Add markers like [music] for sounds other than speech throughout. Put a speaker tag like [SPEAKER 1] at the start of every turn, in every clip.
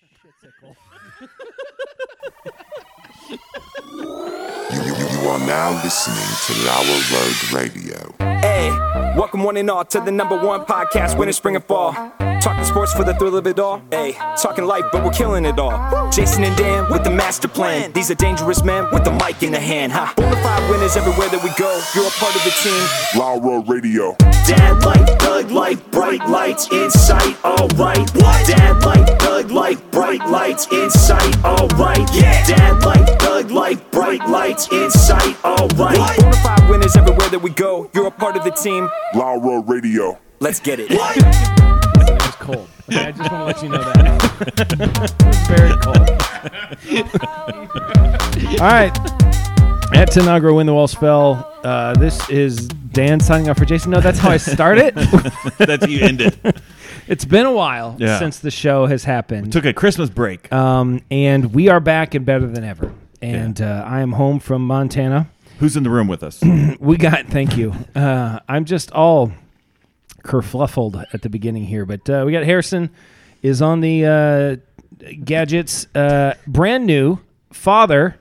[SPEAKER 1] Shitsicle.
[SPEAKER 2] You, you, you are now listening to Lower Road Radio.
[SPEAKER 3] Hey, welcome one and all to the number one podcast, winter, spring, and fall. Talking sports for the thrill of it all. Hey, talking life, but we're killing it all. Jason and Dan with the master plan. These are dangerous men with the mic in the hand. Ha. Bonafide winners everywhere that we go. You're a part of the team.
[SPEAKER 2] Lower Radio.
[SPEAKER 3] Dad life, thug life, bright lights in sight. All right. What? Dad life, thug life, bright lights in sight. All right. Yeah. Dad life, thug life, bright lights in sight. All right. Bonafide winners everywhere that we go. You're a part of the team.
[SPEAKER 2] Lower Radio.
[SPEAKER 3] Let's get it.
[SPEAKER 1] It was cold. Okay, I just want to let you know that. it was very cold. All right. At Tanagra, when the walls fell, uh, this is Dan signing off for Jason. No, that's how I start it.
[SPEAKER 4] That's how you end it.
[SPEAKER 1] [laughs] it's been a while
[SPEAKER 4] Yeah.
[SPEAKER 1] since the show has happened.
[SPEAKER 4] Took a Christmas break.
[SPEAKER 1] um, and we are back and better than ever. And uh, I am home from Montana.
[SPEAKER 4] Who's in the room with us?
[SPEAKER 1] We got, thank you. Uh, I'm just all kerfluffled at the beginning here, but uh, we got Harrison is on the uh, gadgets. Uh, brand new father,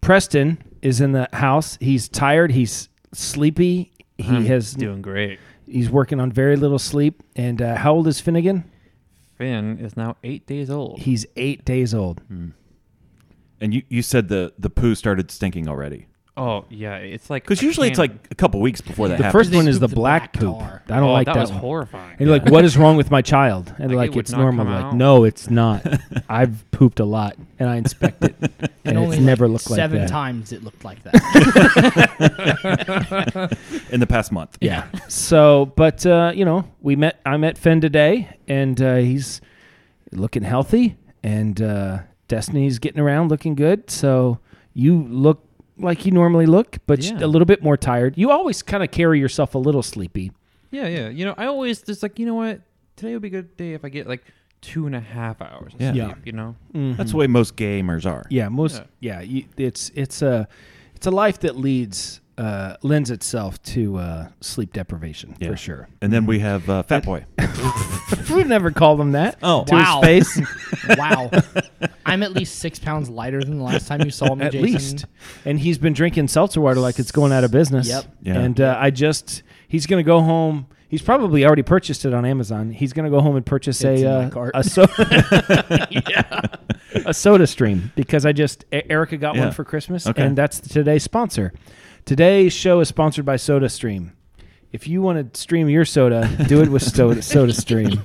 [SPEAKER 1] Preston, is in the house. He's tired. He's sleepy. He has
[SPEAKER 5] Hmm. doing great.
[SPEAKER 1] he's working on very little sleep. And uh, how old is Finnegan?
[SPEAKER 5] Finn is now eight days old.
[SPEAKER 1] He's eight days old.
[SPEAKER 5] Hmm.
[SPEAKER 4] And you, you said the, the poo started stinking already.
[SPEAKER 5] Oh yeah, it's like
[SPEAKER 4] Because
[SPEAKER 5] I
[SPEAKER 4] usually it's
[SPEAKER 5] can't-
[SPEAKER 4] like a couple weeks before that
[SPEAKER 1] The
[SPEAKER 4] happens.
[SPEAKER 1] first one is the
[SPEAKER 6] scoop the
[SPEAKER 1] black
[SPEAKER 6] black
[SPEAKER 1] poop.
[SPEAKER 6] tar.
[SPEAKER 1] I don't
[SPEAKER 5] Oh,
[SPEAKER 1] like
[SPEAKER 5] that,
[SPEAKER 1] that,
[SPEAKER 5] was
[SPEAKER 1] one.
[SPEAKER 5] horrifying.
[SPEAKER 1] And you're like, what is wrong with my child? And
[SPEAKER 5] Like,
[SPEAKER 1] like,
[SPEAKER 5] it would
[SPEAKER 1] it's
[SPEAKER 5] not
[SPEAKER 1] normal.
[SPEAKER 5] come
[SPEAKER 1] Like,
[SPEAKER 5] out.
[SPEAKER 1] no, it's
[SPEAKER 5] [laughs]
[SPEAKER 1] not. I've pooped a lot, and I inspect it, and, it's never looked like
[SPEAKER 6] seven
[SPEAKER 1] that.
[SPEAKER 6] times it looked
[SPEAKER 1] [laughs]
[SPEAKER 6] like that.
[SPEAKER 4] in the past month.
[SPEAKER 5] [laughs]
[SPEAKER 1] Yeah. so, but uh, you know, we met. I met Finn today, and uh, he's looking healthy, and uh, Destiny's getting around, looking good. So you look like you normally look, but
[SPEAKER 5] Yeah.
[SPEAKER 1] a little bit more tired. You always kind of carry yourself a little sleepy.
[SPEAKER 5] yeah, yeah. You know, I always just like, you know what? Today would be a good day if I get like two and a half hours. of
[SPEAKER 4] Yeah.
[SPEAKER 1] Yeah. Mm.
[SPEAKER 5] sleep, You know,
[SPEAKER 4] That's the way most gamers are.
[SPEAKER 1] Yeah, most. Yeah, you, it's it's a it's a life that leads uh, lends itself to uh, sleep deprivation
[SPEAKER 4] Yeah.
[SPEAKER 1] for sure.
[SPEAKER 4] And then we have uh, Fat Boy.
[SPEAKER 1] [laughs] We've never called him that.
[SPEAKER 4] Oh.
[SPEAKER 1] to
[SPEAKER 6] Wow.
[SPEAKER 1] his face
[SPEAKER 6] wow. I'm at least six pounds lighter than the last time you saw me,
[SPEAKER 1] at
[SPEAKER 6] Jason. [laughs]
[SPEAKER 1] least, and he's been drinking seltzer water like it's going out of business.
[SPEAKER 6] Yep.
[SPEAKER 4] Yeah.
[SPEAKER 1] And uh, I just he's gonna go home. He's probably already purchased it on Amazon. He's gonna go home and purchase
[SPEAKER 6] It's
[SPEAKER 1] a
[SPEAKER 6] in my
[SPEAKER 1] uh,
[SPEAKER 6] cart.
[SPEAKER 1] a
[SPEAKER 6] [laughs]
[SPEAKER 1] soda, [laughs] a soda stream because I just E- Erica got
[SPEAKER 4] Yeah.
[SPEAKER 1] one for Christmas,
[SPEAKER 4] Okay.
[SPEAKER 1] and that's today's sponsor. Today's show is sponsored by Soda Stream. If you want to stream your soda, do it
[SPEAKER 6] [laughs]
[SPEAKER 1] with soda, soda Stream.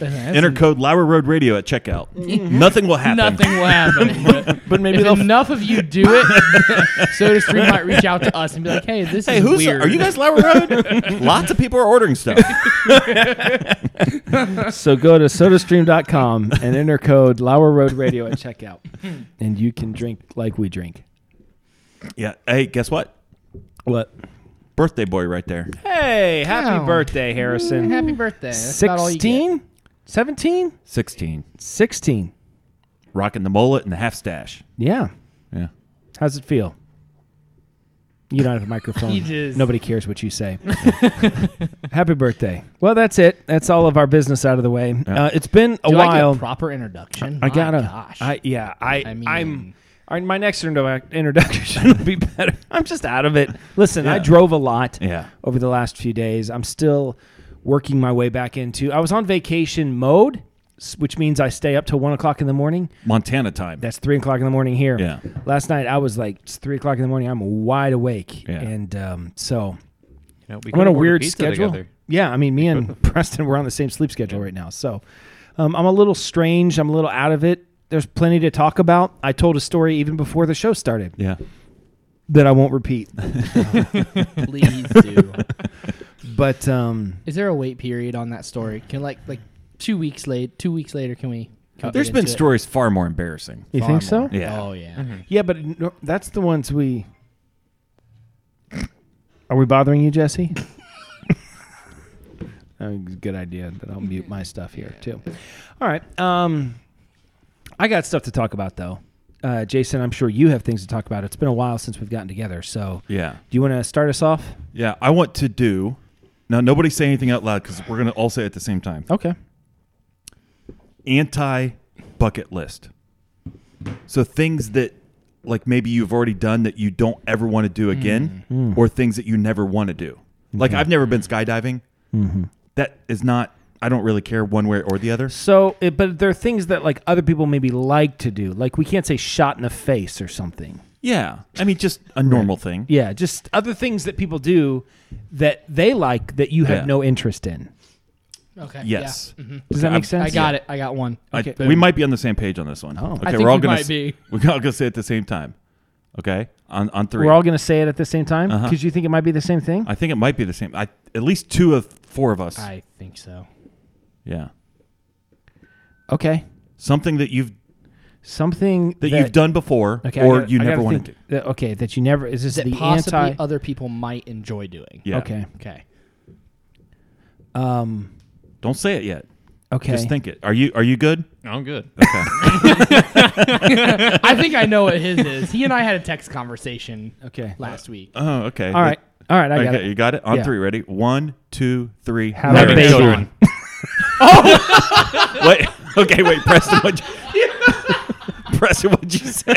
[SPEAKER 4] Enter code Lower Road Radio at checkout. Nothing will happen.
[SPEAKER 6] Nothing will happen. But
[SPEAKER 1] [laughs] But maybe
[SPEAKER 6] if
[SPEAKER 1] they'll.
[SPEAKER 6] enough of you do it,
[SPEAKER 1] [laughs]
[SPEAKER 6] SodaStream might reach out to us and be like, "Hey, this
[SPEAKER 4] [laughs] Hey,
[SPEAKER 6] is
[SPEAKER 4] who's
[SPEAKER 6] weird."
[SPEAKER 1] [laughs]
[SPEAKER 4] are you guys Lower Road? Lots of people are ordering stuff.
[SPEAKER 1] So go to sodastream.com and enter code Lower Road Radio at
[SPEAKER 6] [laughs]
[SPEAKER 1] checkout, and you can drink like we drink.
[SPEAKER 4] Yeah. Hey, guess what?
[SPEAKER 1] What?
[SPEAKER 4] Birthday boy right there.
[SPEAKER 1] Hey, happy
[SPEAKER 6] Wow.
[SPEAKER 1] birthday, Harrison.
[SPEAKER 6] Happy birthday! That's about all you get.
[SPEAKER 1] 16? 17?
[SPEAKER 4] 16.
[SPEAKER 1] 16.
[SPEAKER 4] Rocking the mullet and the half stash.
[SPEAKER 1] Yeah.
[SPEAKER 4] Yeah.
[SPEAKER 1] How's it feel? You don't have a microphone.
[SPEAKER 6] [laughs] He just-
[SPEAKER 1] Nobody cares what you
[SPEAKER 6] [laughs]
[SPEAKER 1] say. Happy birthday. Well, that's it. That's all of our business out of the way. Uh, it's been a
[SPEAKER 6] Do I
[SPEAKER 1] while.
[SPEAKER 6] get a proper introduction?
[SPEAKER 1] I gotta.
[SPEAKER 6] My gosh.
[SPEAKER 1] I yeah. I,
[SPEAKER 6] I
[SPEAKER 1] I
[SPEAKER 6] mean-
[SPEAKER 1] am All right, my next introdu- introduction [laughs] will be better. I'm just out of it. Listen, I
[SPEAKER 4] Yeah.
[SPEAKER 1] drove a lot
[SPEAKER 4] Yeah.
[SPEAKER 1] over the last few days. I'm still working my way back into. I was on vacation mode, s- which means I stay up till one o'clock in the morning.
[SPEAKER 4] Montana time.
[SPEAKER 1] That's three o'clock in the morning here.
[SPEAKER 4] Yeah.
[SPEAKER 1] Last night I was like it's three o'clock in the morning. I'm wide awake,
[SPEAKER 4] Yeah.
[SPEAKER 1] and um, so
[SPEAKER 5] you know, we
[SPEAKER 1] I'm on a
[SPEAKER 5] could've ordered
[SPEAKER 1] weird
[SPEAKER 5] pizza
[SPEAKER 1] schedule.
[SPEAKER 5] together.
[SPEAKER 1] Yeah, I mean, me and Preston we're on the same sleep schedule right now, so um, I'm a little strange. I'm a little out of it. There's plenty to talk about. I told a story even before the show started
[SPEAKER 4] yeah.
[SPEAKER 1] that I won't repeat,
[SPEAKER 6] Please
[SPEAKER 1] [laughs]
[SPEAKER 6] do.
[SPEAKER 1] but um,
[SPEAKER 6] Is there a wait period on that story? Can like like two weeks late? Two weeks later, can we? can we
[SPEAKER 4] There's
[SPEAKER 6] get
[SPEAKER 4] been
[SPEAKER 6] into it?
[SPEAKER 4] stories far more embarrassing.
[SPEAKER 1] you
[SPEAKER 6] Far
[SPEAKER 1] think
[SPEAKER 6] more.
[SPEAKER 1] so?
[SPEAKER 4] Yeah.
[SPEAKER 6] Oh yeah.
[SPEAKER 1] Yeah, Mm-hmm. but no, that's the ones we. Are we bothering you, Jesse? Uh, Good idea, but I'll mute my stuff here too. All right, um, I got stuff to talk about though. Uh, Jason, I'm sure you have things to talk about. It's been a while since we've gotten together, so
[SPEAKER 4] Yeah.
[SPEAKER 1] Do you want to start us off?
[SPEAKER 4] Yeah. I want to do. Now, nobody say anything out loud because we're going to all say it at the same time.
[SPEAKER 1] Okay.
[SPEAKER 4] anti bucket list. So things that like maybe you've already done that you don't ever want to do again
[SPEAKER 1] Mm-hmm.
[SPEAKER 4] or things that you never want to do. Like I've never been skydiving.
[SPEAKER 1] Mm-hmm.
[SPEAKER 4] That is not I don't really care one way or the other.
[SPEAKER 1] So, it, but there are things that like other people maybe like to do. Like we can't say shot in the face or something.
[SPEAKER 4] Yeah. I mean just a normal thing.
[SPEAKER 1] Yeah, just other things that people do that they like that you have
[SPEAKER 4] Yeah.
[SPEAKER 1] no interest in.
[SPEAKER 6] Okay.
[SPEAKER 4] Yes.
[SPEAKER 1] Does that
[SPEAKER 4] I'm-
[SPEAKER 1] make sense?
[SPEAKER 6] I got it. I got one.
[SPEAKER 4] I-
[SPEAKER 6] Mm-hmm. Okay.
[SPEAKER 4] we might be on the same page on this one.
[SPEAKER 1] Oh.
[SPEAKER 4] Okay,
[SPEAKER 6] I think
[SPEAKER 4] we're all
[SPEAKER 6] we
[SPEAKER 4] gonna
[SPEAKER 6] might
[SPEAKER 4] s-
[SPEAKER 6] be.
[SPEAKER 4] [laughs] we're all gonna say it at the same time. Okay, on on 3
[SPEAKER 1] We're all going to say it at the same time because you think it might be the same thing.
[SPEAKER 4] Uh-huh. I think it might be the same. I at least two of four of us.
[SPEAKER 6] I think so.
[SPEAKER 4] yeah,
[SPEAKER 1] okay,
[SPEAKER 4] something that you've
[SPEAKER 1] something
[SPEAKER 4] that, you've done before,
[SPEAKER 1] Okay, I
[SPEAKER 4] or
[SPEAKER 1] gotta-
[SPEAKER 4] you
[SPEAKER 1] I
[SPEAKER 4] never
[SPEAKER 1] gotta
[SPEAKER 4] want
[SPEAKER 1] think
[SPEAKER 4] to do.
[SPEAKER 1] that- okay, that you never is this
[SPEAKER 6] That
[SPEAKER 1] the
[SPEAKER 6] possibly
[SPEAKER 1] anti?
[SPEAKER 6] other people might enjoy doing.
[SPEAKER 4] Yeah.
[SPEAKER 1] Okay,
[SPEAKER 6] Okay.
[SPEAKER 1] um,
[SPEAKER 4] Don't say it yet.
[SPEAKER 1] okay.
[SPEAKER 4] Just think it. Are you are
[SPEAKER 1] [laughs]
[SPEAKER 4] you good?
[SPEAKER 5] I'm good.
[SPEAKER 6] I think I know what his is. He and I had a text conversation
[SPEAKER 1] Okay.
[SPEAKER 6] last week.
[SPEAKER 4] Oh, okay.
[SPEAKER 1] All right, all right, I
[SPEAKER 4] okay,
[SPEAKER 1] got it.
[SPEAKER 4] you got it. On
[SPEAKER 1] Yeah.
[SPEAKER 4] three, ready? One, two, three.
[SPEAKER 1] Have
[SPEAKER 4] Married
[SPEAKER 1] a baby.
[SPEAKER 4] children. wait. [laughs] Okay, wait, Preston. What? [laughs] Preston, what'd you say?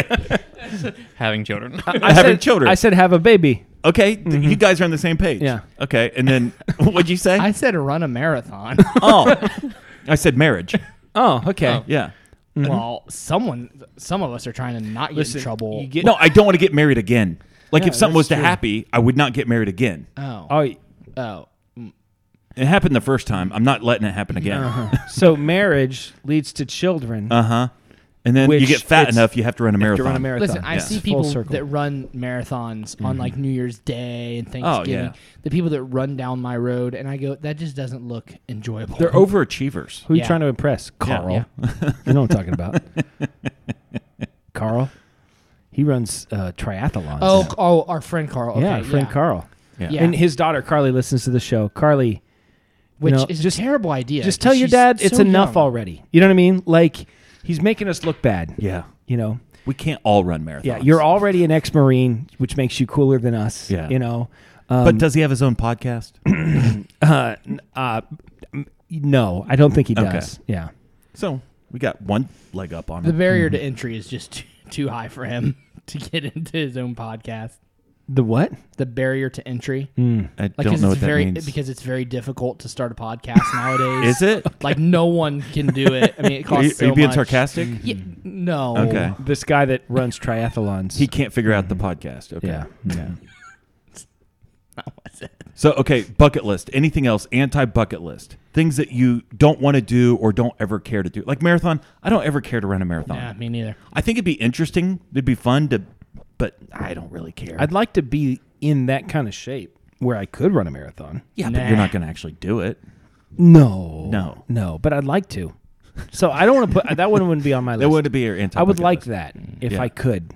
[SPEAKER 5] Having children. [laughs]
[SPEAKER 4] Having children.
[SPEAKER 1] [laughs] I said have a baby.
[SPEAKER 4] okay, th- you guys are on the same page.
[SPEAKER 1] Yeah.
[SPEAKER 4] Okay,
[SPEAKER 1] [laughs]
[SPEAKER 4] and then what'd you say?
[SPEAKER 6] I said run a [laughs] marathon. Mm-hmm.
[SPEAKER 4] oh, I said marriage.
[SPEAKER 1] Oh, okay.
[SPEAKER 4] Yeah.
[SPEAKER 6] well, someone, some of us are trying to not get in trouble.
[SPEAKER 1] You get,
[SPEAKER 4] No, I don't want to get married again. Like
[SPEAKER 1] Yeah,
[SPEAKER 4] if something was
[SPEAKER 1] that's
[SPEAKER 4] to
[SPEAKER 1] true.
[SPEAKER 4] happen, I would not get married again.
[SPEAKER 6] oh,
[SPEAKER 1] Oh, y-
[SPEAKER 6] oh,
[SPEAKER 4] It happened the first time. I'm not letting it happen again.
[SPEAKER 1] so marriage leads to children.
[SPEAKER 4] Uh huh. And then you
[SPEAKER 1] Which
[SPEAKER 4] get fat
[SPEAKER 1] it's-
[SPEAKER 4] enough, you have to run a marathon.
[SPEAKER 1] to run a marathon.
[SPEAKER 6] Listen, I
[SPEAKER 4] yeah.
[SPEAKER 6] see
[SPEAKER 1] Full
[SPEAKER 6] people
[SPEAKER 1] circle.
[SPEAKER 6] that run marathons on like New Year's Day and Thanksgiving.
[SPEAKER 4] Oh, yeah.
[SPEAKER 6] The people that run down my road, and I go, that just doesn't look enjoyable.
[SPEAKER 4] They're overachievers.
[SPEAKER 1] Who are you
[SPEAKER 6] Yeah.
[SPEAKER 1] trying to impress? Carl. [laughs] you know what I'm talking about. Carl. He runs uh, triathlons.
[SPEAKER 6] [laughs]
[SPEAKER 4] [laughs]
[SPEAKER 6] oh, c- oh, our friend Carl. Okay,
[SPEAKER 1] yeah, friend Carl.
[SPEAKER 6] Yeah.
[SPEAKER 1] And his daughter Carly listens to the show. Carly,
[SPEAKER 6] which
[SPEAKER 1] know,
[SPEAKER 6] is
[SPEAKER 1] just-
[SPEAKER 6] a terrible idea.
[SPEAKER 1] just tell your
[SPEAKER 6] She's
[SPEAKER 1] dad it's
[SPEAKER 6] so
[SPEAKER 1] enough
[SPEAKER 6] young.
[SPEAKER 1] already. You know what I mean? Like he's making us look bad.
[SPEAKER 4] Yeah.
[SPEAKER 1] You know.
[SPEAKER 4] We can't all run marathons.
[SPEAKER 1] Yeah, you're already an ex-marine, which makes you cooler than us.
[SPEAKER 4] Yeah.
[SPEAKER 1] You know. um,
[SPEAKER 4] but does he have his
[SPEAKER 1] [clears throat]
[SPEAKER 4] own podcast?
[SPEAKER 1] Uh, n- uh, m- no, I don't think he does. Yeah.
[SPEAKER 4] so we got one leg up on
[SPEAKER 6] The
[SPEAKER 4] him.
[SPEAKER 6] barrier to entry is just [laughs] too, too high for him [laughs] to get into his own podcast.
[SPEAKER 1] The what?
[SPEAKER 6] The barrier to entry,
[SPEAKER 4] I
[SPEAKER 6] like
[SPEAKER 4] Mm, don't
[SPEAKER 6] 'cause
[SPEAKER 4] know
[SPEAKER 6] it's
[SPEAKER 4] what that
[SPEAKER 6] very
[SPEAKER 4] means.
[SPEAKER 6] because it's very difficult to start
[SPEAKER 4] [laughs]
[SPEAKER 6] a podcast nowadays.
[SPEAKER 1] [laughs]
[SPEAKER 4] is it?
[SPEAKER 6] Like no one can do it. I
[SPEAKER 4] [laughs]
[SPEAKER 6] mean, it
[SPEAKER 4] Are
[SPEAKER 6] costs.
[SPEAKER 4] you,
[SPEAKER 6] so
[SPEAKER 4] are you being
[SPEAKER 6] much.
[SPEAKER 4] sarcastic?
[SPEAKER 1] Mm.
[SPEAKER 6] Yeah, no.
[SPEAKER 4] Okay.
[SPEAKER 1] This guy that runs triathlons.
[SPEAKER 4] He can't figure out the podcast. Okay.
[SPEAKER 1] yeah. Yeah.
[SPEAKER 4] So okay, bucket list. Anything else? Anti bucket list. Things that you don't want to do or don't ever care to do. Like marathon. I don't ever care to run a marathon.
[SPEAKER 6] Yeah, me neither.
[SPEAKER 4] I think it'd be interesting. It'd be fun to, but I don't really care.
[SPEAKER 1] I'd like to be in that kind of shape where I could run a marathon.
[SPEAKER 4] yeah, but you're not going to actually do it.
[SPEAKER 1] No.
[SPEAKER 4] No.
[SPEAKER 1] No, but I'd like to. So I don't want to put [laughs] that one wouldn't be on my list.
[SPEAKER 4] That would be your anti.
[SPEAKER 1] I would like that if
[SPEAKER 4] Yeah.
[SPEAKER 1] I could,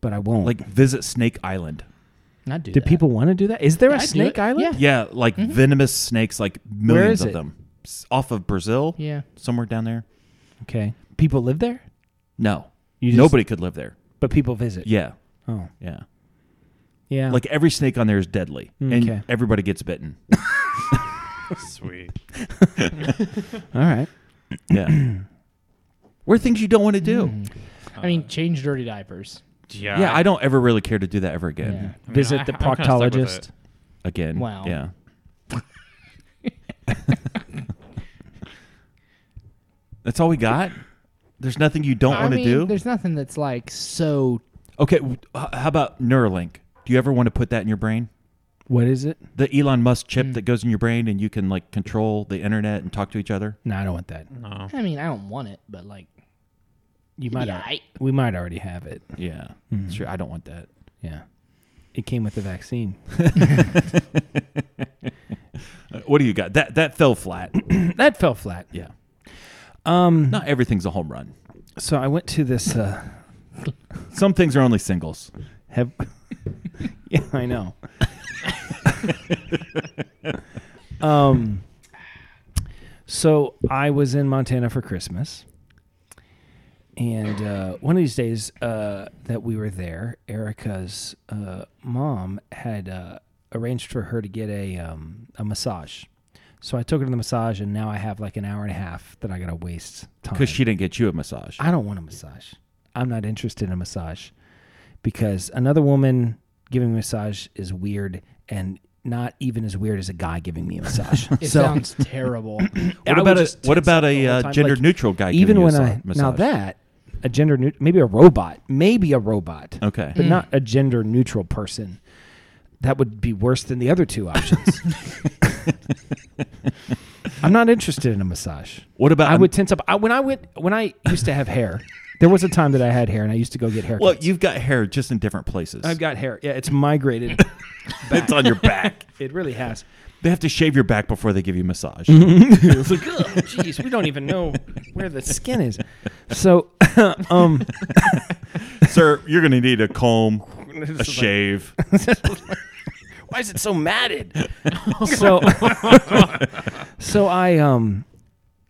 [SPEAKER 1] but I won't.
[SPEAKER 4] Like visit Snake Island.
[SPEAKER 6] Not do.
[SPEAKER 1] do
[SPEAKER 6] that.
[SPEAKER 1] people want to do that? Is there a
[SPEAKER 6] I'd do
[SPEAKER 1] snake
[SPEAKER 6] it.
[SPEAKER 1] island?
[SPEAKER 4] Yeah, like venomous snakes, like
[SPEAKER 1] Mm-hmm. is
[SPEAKER 4] millions of
[SPEAKER 1] it?
[SPEAKER 4] them, S- off of Brazil.
[SPEAKER 6] Yeah.
[SPEAKER 4] somewhere down there.
[SPEAKER 1] Okay. People live there,
[SPEAKER 4] No,
[SPEAKER 1] just-
[SPEAKER 4] nobody could live there.
[SPEAKER 1] but people visit.
[SPEAKER 4] Yeah,
[SPEAKER 1] Oh.
[SPEAKER 4] yeah.
[SPEAKER 1] Yeah.
[SPEAKER 4] Like every snake on there is deadly,
[SPEAKER 1] Okay.
[SPEAKER 4] and everybody gets bitten.
[SPEAKER 5] Sweet.
[SPEAKER 1] all right.
[SPEAKER 4] [clears throat] Yeah, we're things you don't want to do. Uh,
[SPEAKER 6] I mean, change dirty diapers.
[SPEAKER 5] Yeah.
[SPEAKER 4] Yeah, I don't ever really care to do that ever again.
[SPEAKER 6] Yeah.
[SPEAKER 5] mean,
[SPEAKER 1] Visit
[SPEAKER 5] I-
[SPEAKER 1] the
[SPEAKER 5] I'm kinda stuck with
[SPEAKER 1] proctologist.
[SPEAKER 5] it.
[SPEAKER 4] Again.
[SPEAKER 6] Wow.
[SPEAKER 4] [laughs] Yeah. That's all we got. There's nothing you don't
[SPEAKER 6] I
[SPEAKER 4] want to
[SPEAKER 6] mean,
[SPEAKER 4] do.
[SPEAKER 6] There's nothing that's like so.
[SPEAKER 4] Okay, w- h- how about Neuralink? Do you ever want to put that in your brain?
[SPEAKER 1] What is it?
[SPEAKER 4] The Elon Musk chip that goes in your brain and you can like control the internet and talk to each other?
[SPEAKER 1] No, I don't want that.
[SPEAKER 4] Oh.
[SPEAKER 6] I mean, I don't want it, but like,
[SPEAKER 1] You might.
[SPEAKER 6] Yeah,
[SPEAKER 1] al-
[SPEAKER 6] I-
[SPEAKER 1] we might already have it.
[SPEAKER 4] Yeah. Sure, I don't want that.
[SPEAKER 1] Yeah. It came with the vaccine. [laughs]
[SPEAKER 4] Uh, What do you got? That that fell flat.
[SPEAKER 1] that fell flat.
[SPEAKER 4] [coughs] yeah. Um not everything's a home run.
[SPEAKER 1] So I went to this. Uh,
[SPEAKER 4] Some things are only singles.
[SPEAKER 1] have [laughs] yeah, I know. um, so I was in Montana for Christmas, and uh, one of these days uh, that we were there, Erica's uh, mom had uh, arranged for her to get a um, a massage. So I took her to the massage, and now I have like an hour and a half that I gotta waste time.
[SPEAKER 4] because she didn't get you a massage.
[SPEAKER 1] I don't want a massage. I'm not interested in a massage because another woman giving me a massage is weird and not even as weird as a guy giving me a
[SPEAKER 4] [laughs]
[SPEAKER 1] massage.
[SPEAKER 6] It
[SPEAKER 1] so
[SPEAKER 6] sounds terrible.
[SPEAKER 1] I
[SPEAKER 4] what
[SPEAKER 1] would
[SPEAKER 4] about a,
[SPEAKER 1] just
[SPEAKER 4] what
[SPEAKER 1] tense
[SPEAKER 4] about
[SPEAKER 1] up the
[SPEAKER 4] a
[SPEAKER 1] whole
[SPEAKER 4] uh,
[SPEAKER 1] time,
[SPEAKER 4] gender
[SPEAKER 1] like,
[SPEAKER 4] neutral guy?
[SPEAKER 1] even
[SPEAKER 4] giving
[SPEAKER 1] when
[SPEAKER 4] you a sa-
[SPEAKER 1] I now
[SPEAKER 4] massage?
[SPEAKER 1] that a gender neut- maybe a robot, maybe a robot,
[SPEAKER 4] okay,
[SPEAKER 1] but not a gender neutral person. That would be worse than the other two
[SPEAKER 4] [laughs]
[SPEAKER 1] options. [laughs] I'm not interested in a massage.
[SPEAKER 4] what about
[SPEAKER 1] I
[SPEAKER 4] um,
[SPEAKER 1] would tense up. I, when I went, when I used to have hair, there was a time that I had hair, and I used to go get hair.
[SPEAKER 4] Well, you've got hair just in different places.
[SPEAKER 1] I've got hair. Yeah, it's migrated. [laughs]
[SPEAKER 4] it's on your back.
[SPEAKER 1] it really has.
[SPEAKER 4] They have to shave your back before they give you massage.
[SPEAKER 1] It's like, oh, jeez, we don't even know where the skin is. So, um,
[SPEAKER 4] Sir, you're going to need
[SPEAKER 1] [laughs]
[SPEAKER 4] a comb, a shave.
[SPEAKER 1] [laughs] why is it so matted? [laughs] so, [laughs] so I um,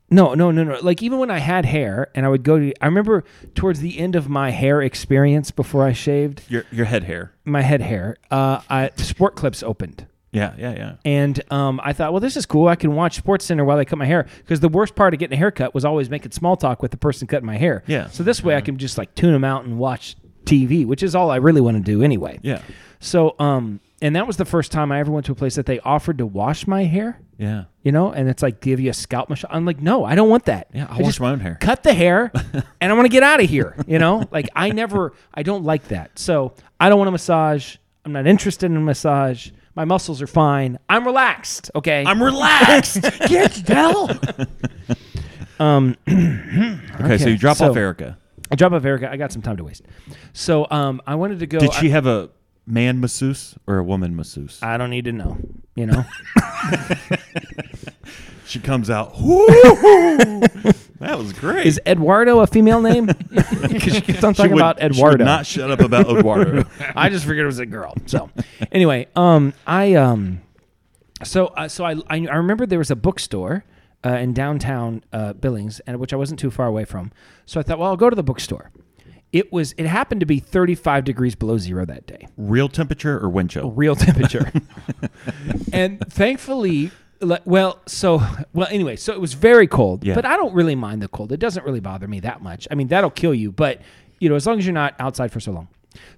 [SPEAKER 1] no, no, no, no. Like even when I had hair, and I would go to. I remember towards the end of my hair experience before I shaved
[SPEAKER 4] your your head hair.
[SPEAKER 1] my head hair, uh, I, sport clips opened.
[SPEAKER 4] Yeah, yeah, yeah.
[SPEAKER 1] And um, I thought, well, this is cool. I can watch Sports Center while they cut my hair because the worst part of getting a haircut was always making small talk with the person cutting my hair.
[SPEAKER 4] Yeah.
[SPEAKER 1] So this way, I can just like tune them out and watch TV, which is all I really want to do anyway.
[SPEAKER 4] Yeah.
[SPEAKER 1] So, um, and that was the first time I ever went to a place that they offered to wash my hair.
[SPEAKER 4] Yeah.
[SPEAKER 1] You know, and it's like give you a scalp massage. I'm like, no, I don't want that.
[SPEAKER 4] Yeah, I'll
[SPEAKER 1] I
[SPEAKER 4] wash
[SPEAKER 1] just
[SPEAKER 4] my own hair.
[SPEAKER 1] Cut the
[SPEAKER 4] [laughs]
[SPEAKER 1] hair, and I want to get out of here. You know, like I never, I don't like that. So I don't want a massage. I'm not interested in a massage. My muscles are fine. I'm relaxed. Okay,
[SPEAKER 4] I'm relaxed.
[SPEAKER 1] get Bell.
[SPEAKER 4] [laughs] okay, so
[SPEAKER 1] Okay,
[SPEAKER 4] you drop
[SPEAKER 1] so-
[SPEAKER 4] off Erica.
[SPEAKER 1] I [laughs] drop off Erica. I got some time to waste. So um, I wanted to go.
[SPEAKER 4] Did she have a man masseuse or a woman masseuse?
[SPEAKER 1] I, I don't need to know.
[SPEAKER 4] [laughs]
[SPEAKER 1] You know.
[SPEAKER 4] she
[SPEAKER 1] [laughs]
[SPEAKER 4] comes out. "Woo-hoo! that was great.
[SPEAKER 1] Is Eduardo a female
[SPEAKER 4] [laughs]
[SPEAKER 1] name? Because she [laughs] keeps on
[SPEAKER 4] She
[SPEAKER 1] talking
[SPEAKER 4] would-
[SPEAKER 1] about
[SPEAKER 4] she would
[SPEAKER 1] Eduardo.
[SPEAKER 4] not shut up about Eduardo. [laughs]
[SPEAKER 1] I just figured it was a girl. So anyway, um, I um, so uh, so I, I I remember there was a bookstore uh, in downtown uh, Billings, and which I wasn't too far away from. So I thought, well, I'll go to the bookstore. It was it happened to be 35 degrees below zero that day,
[SPEAKER 4] Real temperature or wind chill?
[SPEAKER 1] real [laughs] temperature. and thankfully. le- Well, so well. Anyway, so it was very cold,
[SPEAKER 4] Yeah.
[SPEAKER 1] but I don't really mind the cold. It doesn't really bother me that much. I mean, that'll kill you, but you know, as long as you're not outside for so long.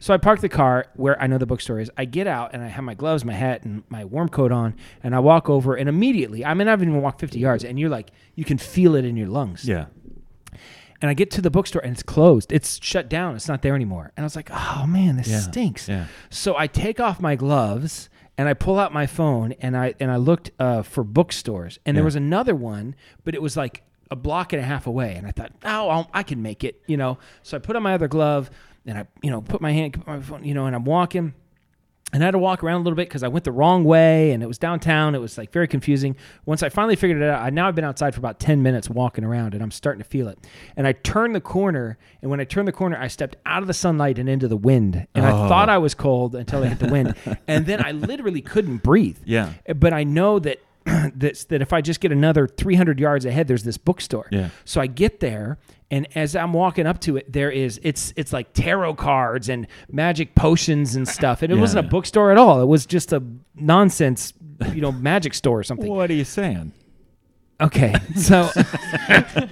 [SPEAKER 1] So I park the car where I know the bookstore is. I get out and I have my gloves, my hat, and my warm coat on, and I walk over. And immediately, I mean, I haven't even walked 50 yards, and you're like, you can feel it in your lungs.
[SPEAKER 4] Yeah.
[SPEAKER 1] And I get to the bookstore and it's closed. It's shut down. It's not there anymore. And I was like, oh man, this stinks.
[SPEAKER 4] yeah.
[SPEAKER 1] So I take off my gloves and I pull out my phone and I and I looked uh, for bookstores and there was another one, but it was like a block and a half away. And I thought, oh, I'll, I can make it, you know. So I put on my other glove and I, you know, put my hand, put my phone, you know, and I'm walking. And I had to walk around a little bit because I went the wrong way and it was downtown. It was like very confusing. Once I finally figured it out, I now I've been outside for about 10 minutes walking around and I'm starting to feel it. And I turned the corner. And when I turned the corner, I stepped out of the sunlight and into the wind. And I
[SPEAKER 4] Oh.
[SPEAKER 1] thought I was cold until I hit the
[SPEAKER 4] [laughs]
[SPEAKER 1] wind. and then I literally couldn't breathe.
[SPEAKER 4] Yeah.
[SPEAKER 1] But I know that. [clears throat] That's, that if I just get another 300 yards ahead, there's this bookstore.
[SPEAKER 4] Yeah.
[SPEAKER 1] So I get there, and as I'm walking up to it, there is it's it's like tarot cards and magic potions and stuff. And it wasn't a
[SPEAKER 4] yeah.
[SPEAKER 1] bookstore at all. It was just a nonsense, you know, magic store or something.
[SPEAKER 4] What are you saying?
[SPEAKER 1] Okay, so [laughs]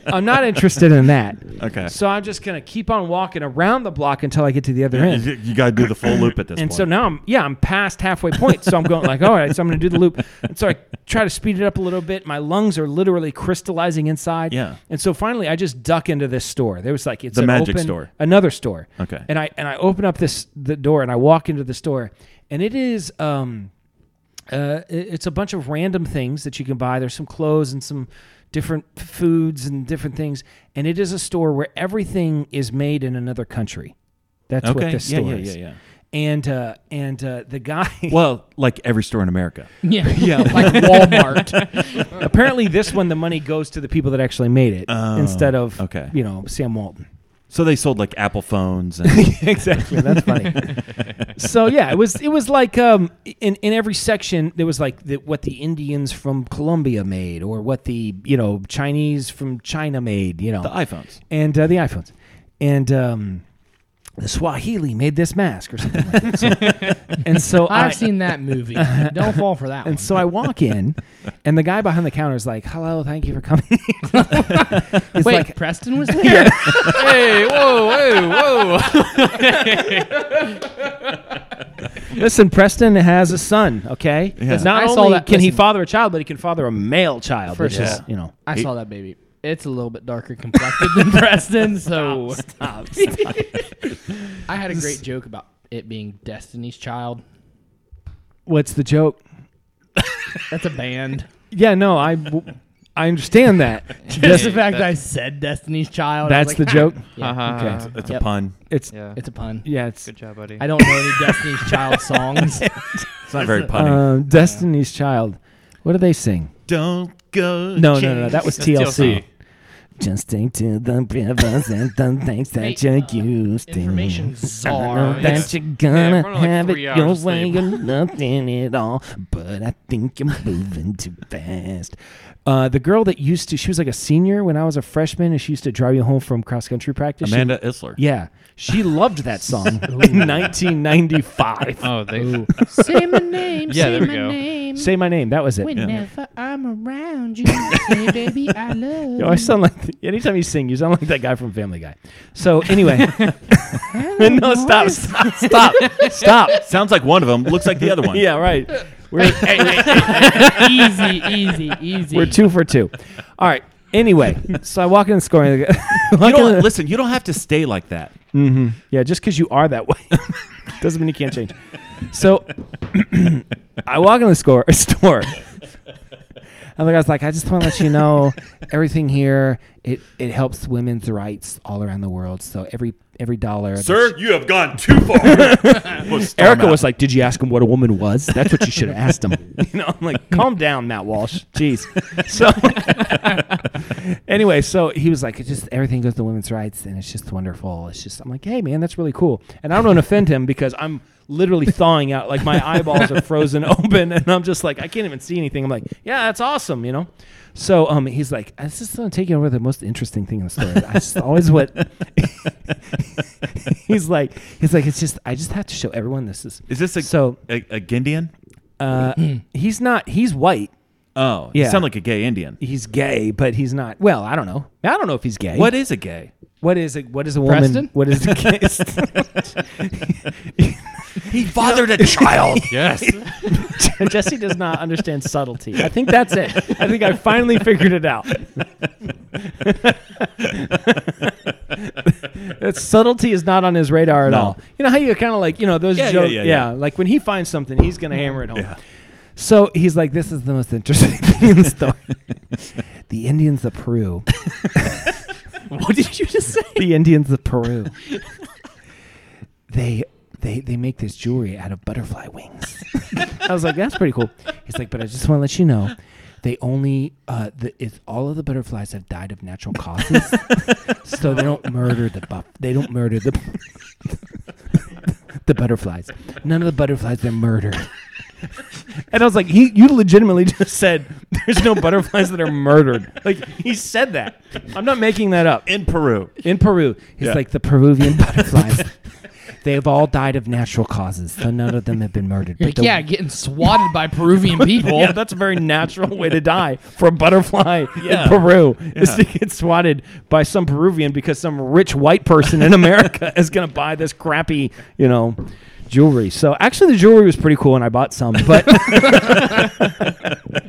[SPEAKER 1] I'm not interested in that.
[SPEAKER 4] Okay.
[SPEAKER 1] So I'm just gonna keep on walking around the block until I get to the other end.
[SPEAKER 4] You, got to do the full loop at this
[SPEAKER 1] And
[SPEAKER 4] point.
[SPEAKER 1] so now I'm yeah I'm past halfway point, so I'm going like [laughs] all right, so I'm going to do the loop. And so I try to speed it up a little bit. My lungs are literally crystallizing inside.
[SPEAKER 4] Yeah.
[SPEAKER 1] And so finally, I just duck into this store. There was like it's
[SPEAKER 4] The
[SPEAKER 1] an
[SPEAKER 4] magic
[SPEAKER 1] open-
[SPEAKER 4] store.
[SPEAKER 1] another store.
[SPEAKER 4] Okay.
[SPEAKER 1] And I and I open up this the door and I walk into the store, and it is um, uh, i- it's a bunch of random things that you can buy. There's some clothes and some different f- foods and different things, and it is a store where everything is made in another country. That's
[SPEAKER 4] okay.
[SPEAKER 1] what this
[SPEAKER 4] yeah,
[SPEAKER 1] store
[SPEAKER 4] yeah,
[SPEAKER 1] is
[SPEAKER 4] yeah, yeah.
[SPEAKER 1] and uh, and uh, the guy [laughs]
[SPEAKER 4] Well, like every store in America.
[SPEAKER 6] yeah, [laughs] yeah, like [laughs] Walmart.
[SPEAKER 1] apparently this one the money goes to the people that actually made it instead of
[SPEAKER 4] okay.
[SPEAKER 1] you know Sam Walton.
[SPEAKER 4] So they sold like Apple phones
[SPEAKER 1] [laughs]
[SPEAKER 4] and
[SPEAKER 1] exactly. That's funny. so yeah, it was it was like um in in every section there was like the, what the Indians from Colombia made or what the you know Chinese from China made. You know
[SPEAKER 4] the iPhones.
[SPEAKER 1] and uh, the iPhones, and um, the Swahili made this mask or something. Like that. So- and so I,
[SPEAKER 6] I've seen that [laughs] movie. Don't fall for that one.
[SPEAKER 1] and so I walk [laughs] in, and the guy behind the counter is like, "Hello, thank you for coming." [laughs] He's
[SPEAKER 6] Wait,
[SPEAKER 1] like,
[SPEAKER 6] Preston [laughs] was there.
[SPEAKER 5] hey, whoa, whoa, whoa.
[SPEAKER 1] "Listen, Preston has a son. Okay,
[SPEAKER 4] Yeah.
[SPEAKER 1] not
[SPEAKER 6] I saw
[SPEAKER 1] only
[SPEAKER 6] that-
[SPEAKER 1] can he
[SPEAKER 6] listen.
[SPEAKER 1] father a child, but he can father a male child,
[SPEAKER 6] For
[SPEAKER 1] which
[SPEAKER 6] sure.
[SPEAKER 1] is you know."
[SPEAKER 6] I saw that baby. It's a little bit darker complected than [laughs] Preston, so [laughs] I had a great joke about it being Destiny's Child.
[SPEAKER 1] What's the joke?
[SPEAKER 6] That's a [laughs] band.
[SPEAKER 1] Yeah, no, I, w- I understand [laughs] that.
[SPEAKER 6] Just the
[SPEAKER 5] Hey,
[SPEAKER 6] fact
[SPEAKER 5] that-
[SPEAKER 6] that I said Destiny's Child. I was
[SPEAKER 1] That's the
[SPEAKER 6] like, "Ah."
[SPEAKER 1] joke.
[SPEAKER 5] Yeah.
[SPEAKER 1] Okay.
[SPEAKER 4] It's
[SPEAKER 6] Yep.
[SPEAKER 4] a pun.
[SPEAKER 1] It's yeah,
[SPEAKER 5] Uh-huh. Yeah.
[SPEAKER 6] It's a pun.
[SPEAKER 1] it's
[SPEAKER 5] Good job, buddy.
[SPEAKER 6] I don't know any Destiny's
[SPEAKER 1] [laughs]
[SPEAKER 6] Child songs.
[SPEAKER 4] It's not very punny.
[SPEAKER 1] um, Destiny's Child. What do they [laughs] sing?
[SPEAKER 4] Don't go.
[SPEAKER 1] No, no, no, that was
[SPEAKER 5] That's
[SPEAKER 1] TLC. Just take to the rivers and the things
[SPEAKER 6] Hey,
[SPEAKER 1] that you
[SPEAKER 6] uh,
[SPEAKER 1] used to.
[SPEAKER 6] Information
[SPEAKER 1] know
[SPEAKER 5] yeah.
[SPEAKER 6] czar.
[SPEAKER 1] that you're
[SPEAKER 5] Yeah,
[SPEAKER 1] gonna
[SPEAKER 5] we're on, like,
[SPEAKER 1] have it
[SPEAKER 5] three
[SPEAKER 1] your
[SPEAKER 5] hours
[SPEAKER 1] way.
[SPEAKER 5] deep.
[SPEAKER 1] You're nothing at all, but I think you're moving too fast. Uh, the girl that used to, she was like a senior when I was a freshman, and she used to drive you home from cross country practice. She-
[SPEAKER 4] Amanda Isler.
[SPEAKER 1] yeah,
[SPEAKER 5] [laughs]
[SPEAKER 1] she loved that song in 1995.
[SPEAKER 5] Oh, they.
[SPEAKER 6] [laughs]
[SPEAKER 5] [laughs]
[SPEAKER 6] Say my name.
[SPEAKER 5] Yeah,
[SPEAKER 6] say
[SPEAKER 5] there we
[SPEAKER 6] my
[SPEAKER 5] go.
[SPEAKER 6] name.
[SPEAKER 1] Say my name. That was [laughs] it.
[SPEAKER 6] Whenever I'm around you, say baby
[SPEAKER 1] [laughs]
[SPEAKER 6] I love
[SPEAKER 1] You always sound like anytime you sing, you sound like that guy from Family Guy. So
[SPEAKER 5] [laughs]
[SPEAKER 1] anyway, [laughs] no, stop, stop, stop,
[SPEAKER 5] [laughs]
[SPEAKER 1] stop.
[SPEAKER 4] Sounds like one of them. Looks like the other
[SPEAKER 1] [laughs]
[SPEAKER 4] one.
[SPEAKER 1] Yeah, right. We're
[SPEAKER 6] easy, easy, easy.
[SPEAKER 1] we're two for two. [laughs] All right. Anyway, so I walk in the score. And [laughs]
[SPEAKER 4] You don't listen. You don't have to stay like that.
[SPEAKER 1] Yeah, just because you are that way [laughs] doesn't mean you can't change. So [clears throat] I walk in the score [laughs] store. And the guy's like, I just want to let you know everything here. It it helps women's rights all around the world. So every every dollar. that you-
[SPEAKER 4] you have gone too far.
[SPEAKER 1] [laughs] Erica was like, "Did you ask him what a woman was? That's what you should have asked him." [laughs] You know, I'm like, "Calm down, Matt Walsh. [laughs] Jeez." So, anyway, so [laughs] he was like, "It just everything goes to women's rights, and it's just wonderful. It's just." I'm like, "Hey, man, that's really cool." And I don't want to offend him because I'm literally thawing out. Like my eyeballs are frozen [laughs] open, and I'm just like, I can't even see anything. I'm like, "Yeah, that's awesome," you know. So um, he's like, "I just want to take you over the most interesting thing in the story. I just always what." [laughs] he's like, he's like, it's just I just have to show everyone this is.
[SPEAKER 4] [laughs] Is this a
[SPEAKER 1] So-
[SPEAKER 4] a, a Gindian? [clears throat]
[SPEAKER 1] Uh, he's not. He's white.
[SPEAKER 4] Oh,
[SPEAKER 1] Yeah.
[SPEAKER 4] you sound like a gay Indian.
[SPEAKER 1] He's gay, but he's not. Well, I don't know. I don't know if he's gay.
[SPEAKER 4] What is a gay?
[SPEAKER 1] What is it? What is a woman?
[SPEAKER 6] Preston?
[SPEAKER 1] What is
[SPEAKER 4] [laughs]
[SPEAKER 1] the kiss?
[SPEAKER 4] He fathered a
[SPEAKER 1] [laughs]
[SPEAKER 4] child.
[SPEAKER 5] yes.
[SPEAKER 1] Jesse does not understand subtlety. I think that's it. I think I finally figured it out. [laughs] That subtlety is not on his radar at
[SPEAKER 4] No.
[SPEAKER 1] all. You know how you kind of like you know those
[SPEAKER 4] Yeah, yeah,
[SPEAKER 1] jokes.
[SPEAKER 4] yeah, yeah.
[SPEAKER 1] like when he finds something, he's gonna hammer it home. So he's like, "This is the most interesting [laughs] thing in the story." [laughs] the Indians of Peru.
[SPEAKER 5] [laughs] what did you just say?
[SPEAKER 1] the Indians of Peru. they they they make this jewelry out of butterfly wings. [laughs] I was like, that's pretty cool. He's like, but I just want to let you know, they only uh, the, it's all of the butterflies have died of natural causes, so they don't murder the buff. They don't murder the the butterflies. None of the butterflies they're murdered. [laughs] And I was like, he, you legitimately just said there's no butterflies that are murdered. Like he said that. I'm not making that up
[SPEAKER 4] [laughs] In Peru.
[SPEAKER 1] in Peru. He's
[SPEAKER 4] Yeah.
[SPEAKER 1] like the [laughs] Peruvian butterflies. they have all died of natural causes, so none of them have been murdered.
[SPEAKER 6] You're like,
[SPEAKER 1] the-
[SPEAKER 6] yeah, getting swatted by Peruvian people.
[SPEAKER 1] [laughs] yeah, that's a very natural way to die for a butterfly
[SPEAKER 4] Yeah.
[SPEAKER 1] in Peru is to
[SPEAKER 4] Yeah.
[SPEAKER 1] get swatted by some Peruvian because some rich white person in America [laughs] is going to buy this crappy, you know, jewelry. So actually, the jewelry was pretty cool, and I bought some, but [laughs]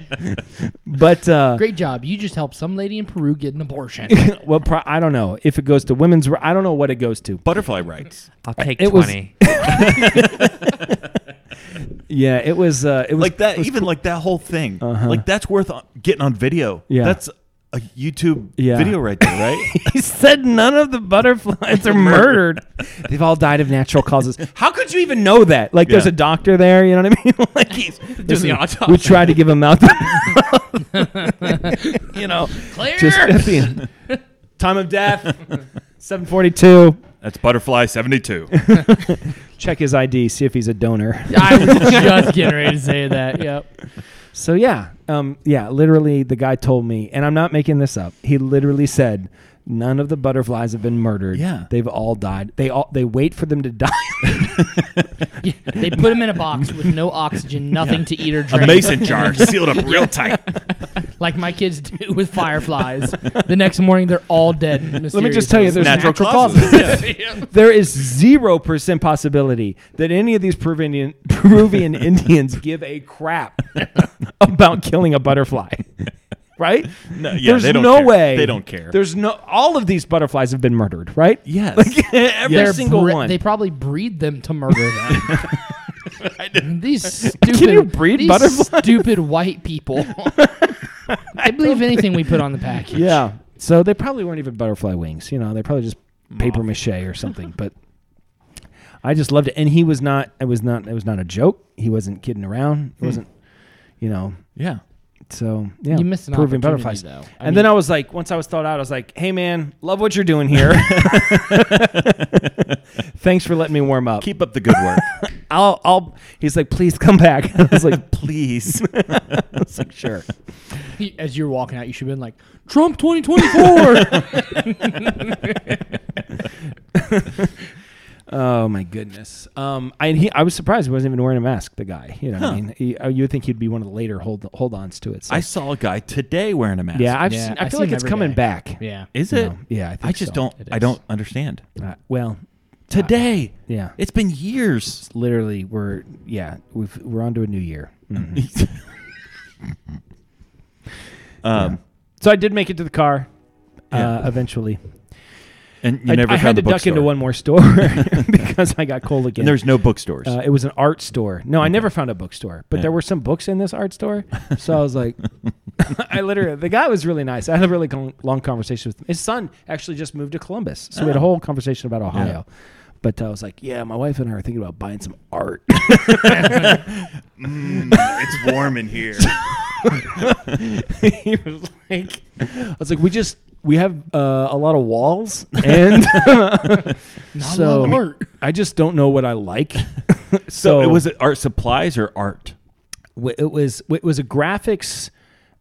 [SPEAKER 1] but uh,
[SPEAKER 6] Great job. You just helped some lady in Peru get an abortion.
[SPEAKER 1] well, pro- I don't know if it goes to women's. ri- I don't know what it goes to.
[SPEAKER 4] Butterfly rights.
[SPEAKER 5] I'll take
[SPEAKER 1] It was- [laughs]
[SPEAKER 5] 20.
[SPEAKER 1] Yeah, it was. Uh, it was
[SPEAKER 4] Like that. Even like that whole thing. Like that's worth on- getting on video.
[SPEAKER 1] Uh-huh. Yeah.
[SPEAKER 4] That's a YouTube
[SPEAKER 1] Yeah.
[SPEAKER 4] video right there, right?
[SPEAKER 1] [laughs] he said none of the butterflies are murdered. [laughs] They've all died of natural causes. How could you even know that? Like, there's
[SPEAKER 4] Yeah.
[SPEAKER 1] a doctor there. You know what I mean? [laughs] like, he's doing
[SPEAKER 5] the autopsy.
[SPEAKER 1] We tried to give him out. [laughs] [laughs] you know,
[SPEAKER 6] Clear.
[SPEAKER 1] just [laughs] at the end. time of [laughs] death, seven forty-two.
[SPEAKER 4] that's Butterfly
[SPEAKER 1] [laughs]
[SPEAKER 4] 72.
[SPEAKER 1] Check his ID, see if he's a donor.
[SPEAKER 6] [laughs] I was just getting ready to say that. Yep.
[SPEAKER 1] So yeah, um, yeah, literally, the guy told me, and I'm not making this up. He literally said, None of the butterflies have been murdered.
[SPEAKER 4] Yeah.
[SPEAKER 1] they've all died. They all they wait for them to [laughs] die.
[SPEAKER 6] They put him in a box with no oxygen, nothing to eat or drink,
[SPEAKER 4] A mason jar sealed up real
[SPEAKER 1] [laughs]
[SPEAKER 4] tight.
[SPEAKER 6] like my kids do with fireflies. the next morning, they're all dead.
[SPEAKER 1] Let me just tell you, there's
[SPEAKER 4] Natural
[SPEAKER 1] causes. [laughs] there is zero percent possibility that any of these Peruvian
[SPEAKER 4] [laughs]
[SPEAKER 1] Peruvian Indians give a crap [laughs] about killing a butterfly. Right? No,
[SPEAKER 4] yeah,
[SPEAKER 1] There's
[SPEAKER 4] they don't
[SPEAKER 1] no
[SPEAKER 4] care.
[SPEAKER 1] way.
[SPEAKER 4] They don't care.
[SPEAKER 1] There's no. All of these butterflies have been murdered,
[SPEAKER 4] [laughs]
[SPEAKER 1] right?
[SPEAKER 4] Yes.
[SPEAKER 1] Like every
[SPEAKER 6] They're
[SPEAKER 1] single
[SPEAKER 6] bre-
[SPEAKER 1] one.
[SPEAKER 6] They probably breed them to murder them. these stupid.
[SPEAKER 1] you breed
[SPEAKER 6] these
[SPEAKER 1] butterflies?
[SPEAKER 6] Stupid white people. I believe anything we put on the package.
[SPEAKER 1] yeah. So they probably weren't even butterfly wings. You know, they probably just paper mache or something. But
[SPEAKER 4] [laughs]
[SPEAKER 1] I just loved it, and he was not. It was not. It was not a joke. He wasn't kidding around.
[SPEAKER 4] Hmm.
[SPEAKER 1] It wasn't. You know,
[SPEAKER 4] Yeah.
[SPEAKER 1] So yeah,
[SPEAKER 6] You missed an
[SPEAKER 1] Peruvian
[SPEAKER 6] opportunity,
[SPEAKER 1] butterflies.
[SPEAKER 6] though. I
[SPEAKER 1] and then
[SPEAKER 6] mean-
[SPEAKER 1] I was like, once I was thought out, I was like, "Hey man, love what you're doing
[SPEAKER 6] [laughs]
[SPEAKER 1] here. Thanks for letting me warm up.
[SPEAKER 4] Keep up the good
[SPEAKER 1] [laughs]
[SPEAKER 4] work.
[SPEAKER 1] I'll, I'll." He's like, "Please come back." [laughs] I
[SPEAKER 6] [laughs]
[SPEAKER 1] was like,
[SPEAKER 4] Please.
[SPEAKER 1] I was like, "Sure."
[SPEAKER 6] As you're walking out, you should have been like, Trump 2024.
[SPEAKER 1] Oh my goodness. Um, I he, I was surprised he wasn't even wearing a mask. The guy, you know, what I mean, he, uh, you would think he'd be one of the later hold hold ons to it. So.
[SPEAKER 4] I saw a guy today wearing a mask.
[SPEAKER 1] yeah, I've
[SPEAKER 6] Yeah,
[SPEAKER 1] seen, I
[SPEAKER 6] I see
[SPEAKER 1] feel like
[SPEAKER 6] him
[SPEAKER 1] it's
[SPEAKER 6] every
[SPEAKER 1] coming
[SPEAKER 6] day.
[SPEAKER 1] back.
[SPEAKER 6] yeah.
[SPEAKER 4] Is it?
[SPEAKER 1] yeah, I think
[SPEAKER 4] I just
[SPEAKER 1] so.
[SPEAKER 4] don't.
[SPEAKER 6] It
[SPEAKER 4] I
[SPEAKER 6] is.
[SPEAKER 4] don't understand.
[SPEAKER 1] Uh, well,
[SPEAKER 4] Today.
[SPEAKER 1] yeah.
[SPEAKER 4] It's been years.
[SPEAKER 1] literally, we're yeah, we've, we're onto a new year. Mhm.
[SPEAKER 4] [laughs] Um,
[SPEAKER 1] So I did make it to the car
[SPEAKER 4] Yeah.
[SPEAKER 1] uh, eventually.
[SPEAKER 4] and you
[SPEAKER 1] I,
[SPEAKER 4] never
[SPEAKER 1] I
[SPEAKER 4] found
[SPEAKER 1] had
[SPEAKER 4] the
[SPEAKER 1] to duck into
[SPEAKER 4] bookstore.
[SPEAKER 1] one more
[SPEAKER 4] [laughs]
[SPEAKER 1] store [laughs] because I got cold again.
[SPEAKER 4] And there's no bookstores.
[SPEAKER 1] uh, it was an art store. No, I never found a bookstore, but there were some books in this art store. So I was
[SPEAKER 4] [laughs]
[SPEAKER 1] like, [laughs] I literally, the guy was really nice. I had a really con- long conversation with him. His son actually just moved to Columbus. So we
[SPEAKER 4] Oh.
[SPEAKER 1] had a whole conversation about Ohio. But I was like, yeah, my wife and I are thinking about buying some art.
[SPEAKER 4] [laughs]
[SPEAKER 1] [laughs]
[SPEAKER 4] it's warm
[SPEAKER 1] [laughs]
[SPEAKER 4] in here.
[SPEAKER 1] he was like, I was like, we just, we have uh, a lot of
[SPEAKER 4] [laughs]
[SPEAKER 1] walls and
[SPEAKER 6] Not a
[SPEAKER 1] so
[SPEAKER 6] lot of art.
[SPEAKER 1] I just don't know what I
[SPEAKER 4] [laughs]
[SPEAKER 1] like. so,
[SPEAKER 4] so it was it art supplies or art?
[SPEAKER 1] w- it was it was a graphics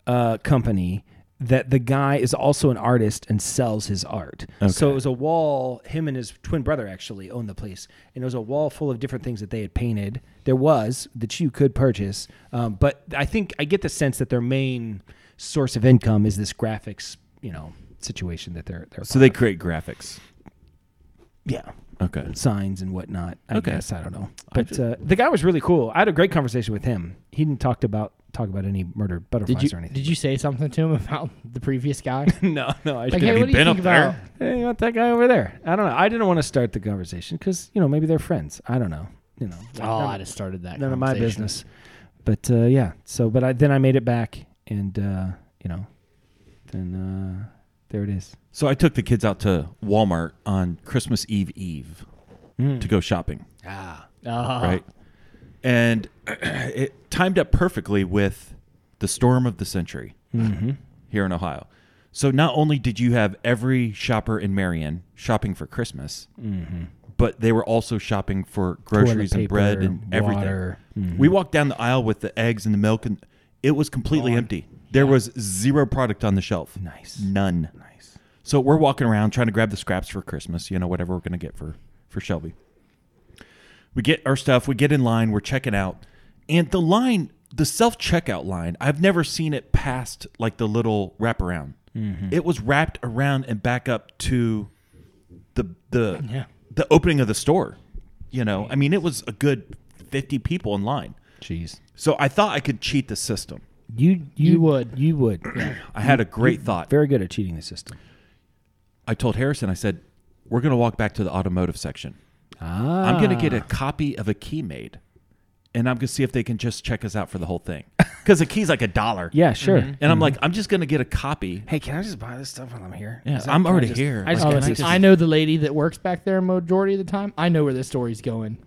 [SPEAKER 1] uh, company that the guy is also an artist and sells his art. So it was a wall. Him and his twin brother actually owned the place, and it was a wall full of different things that they had painted. There was that you could purchase, um, but I think I get the sense that their main source of income is this graphics, you know, situation that they're they're
[SPEAKER 4] So they create graphics.
[SPEAKER 1] yeah
[SPEAKER 4] Okay.
[SPEAKER 1] signs and whatnot. I
[SPEAKER 4] Okay.
[SPEAKER 1] guess I don't know, but uh, the guy was really cool. I had a great conversation with him. He didn't talk about talk about any murdered butterflies
[SPEAKER 6] Did you,
[SPEAKER 1] or anything.
[SPEAKER 6] did you say something to him about the previous guy?
[SPEAKER 1] No, no. I
[SPEAKER 6] Like,
[SPEAKER 1] didn't.
[SPEAKER 6] hey, what do you
[SPEAKER 4] been
[SPEAKER 6] think
[SPEAKER 4] up there?
[SPEAKER 6] about?
[SPEAKER 1] Hey, you want that guy over there? I don't know. I didn't want to start the conversation because you know maybe they're friends. I don't know. You know,
[SPEAKER 6] Oh, I just started that.
[SPEAKER 1] none of my
[SPEAKER 6] conversation.
[SPEAKER 1] business. But uh, yeah, so but I then I made it back, and uh, you know, then uh, there it is.
[SPEAKER 4] So I took the kids out to Walmart on Christmas Eve Eve
[SPEAKER 1] Hmm.
[SPEAKER 4] to go shopping.
[SPEAKER 6] Uh,
[SPEAKER 1] [laughs]
[SPEAKER 4] right? And [clears throat] it timed up perfectly with the storm of the century
[SPEAKER 1] Mm-hmm.
[SPEAKER 4] here in Ohio. So not only did you have every shopper in Marion shopping for Christmas,
[SPEAKER 1] Mm-hmm.
[SPEAKER 4] but they were also shopping for groceries and
[SPEAKER 1] paper,
[SPEAKER 4] bread and everything.
[SPEAKER 1] water. Mm-hmm.
[SPEAKER 4] We walked down the aisle with the eggs and the milk, and it was completely empty. There was zero product on the shelf.
[SPEAKER 1] Nice.
[SPEAKER 4] None. Nice. So we're walking around trying to grab the scraps for Christmas, you know, whatever we're going to get for, for Shelby. We get our stuff, we get in line, we're checking out. And the line, the self checkout line, I've never seen it past like the little wraparound. It was wrapped around and back up to the the
[SPEAKER 6] Yeah.
[SPEAKER 4] the opening of the store. You know, I mean, it was a good fifty people in line.
[SPEAKER 1] Jeez,
[SPEAKER 4] So I thought I could cheat the system.
[SPEAKER 1] you you,
[SPEAKER 6] You would.
[SPEAKER 1] you would
[SPEAKER 4] I had a great thought.
[SPEAKER 1] very good at cheating the system.
[SPEAKER 4] I told Harrison, I said, "We're going to walk back to the automotive section.
[SPEAKER 1] Ah,
[SPEAKER 4] I'm going to get a copy of a key made, and I'm going to see if they can just check us out for the whole thing [laughs] because a key's like a dollar.
[SPEAKER 1] yeah, sure.
[SPEAKER 4] And
[SPEAKER 6] Mm-hmm.
[SPEAKER 4] I'm like, I'm just going to get a copy.
[SPEAKER 1] Hey, can I just buy this stuff while I'm here?
[SPEAKER 4] Yeah, I'm already here.
[SPEAKER 6] I,
[SPEAKER 4] Like,
[SPEAKER 6] just, oh,
[SPEAKER 4] can I
[SPEAKER 6] listen,
[SPEAKER 4] just-
[SPEAKER 6] I know the lady that works back there majority of the time. I know where this story's going.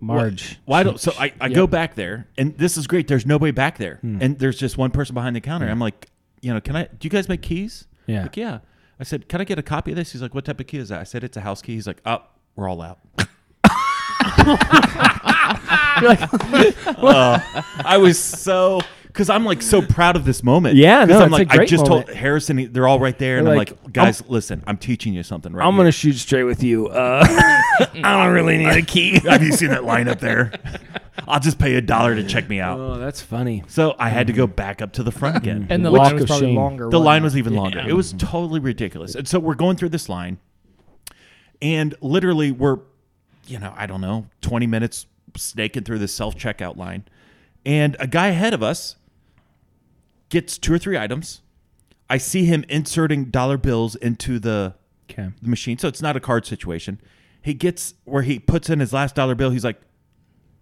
[SPEAKER 1] Marge.
[SPEAKER 4] Why don't so I, I go back there and this is great. There's nobody back there.
[SPEAKER 1] Hmm.
[SPEAKER 4] And there's just one person behind the counter. I'm like, you know, can I do you guys make keys?
[SPEAKER 1] Yeah.
[SPEAKER 4] Like, yeah. I said, Can I get a copy of this? He's like, What type of key is that? I said, It's a house key. He's like, Oh, we're all out. [laughs]
[SPEAKER 1] [laughs]
[SPEAKER 4] Uh, I was so because I'm like so proud of this moment.
[SPEAKER 1] Yeah, no,
[SPEAKER 4] because I'm
[SPEAKER 1] it's a
[SPEAKER 4] like I
[SPEAKER 1] great
[SPEAKER 4] just told
[SPEAKER 1] moment.
[SPEAKER 4] Harrison, they're all right there, and
[SPEAKER 1] They're
[SPEAKER 4] I'm
[SPEAKER 1] like,
[SPEAKER 4] like, guys, listen, I'm teaching you something right.
[SPEAKER 1] I'm
[SPEAKER 4] [laughs]
[SPEAKER 1] gonna shoot straight with you. Uh, I don't really need a key.
[SPEAKER 4] Have you seen that line up there? I'll just pay a dollar to check me out.
[SPEAKER 1] oh, that's funny.
[SPEAKER 4] So I had to go back up to the front again.
[SPEAKER 6] And the
[SPEAKER 1] Walk
[SPEAKER 6] line was
[SPEAKER 1] of
[SPEAKER 6] probably
[SPEAKER 1] shame.
[SPEAKER 6] longer.
[SPEAKER 4] The
[SPEAKER 6] wasn't
[SPEAKER 4] line
[SPEAKER 6] it?
[SPEAKER 4] was even longer. It was totally ridiculous. And so we're going through this line, and literally we're, you know, I don't know, 20 minutes snaking through this self checkout line. And a guy ahead of us gets two or three items. I see him inserting dollar bills into the
[SPEAKER 1] Okay.
[SPEAKER 4] the machine. So it's not a card situation. He gets where he puts in his last dollar bill. He's like,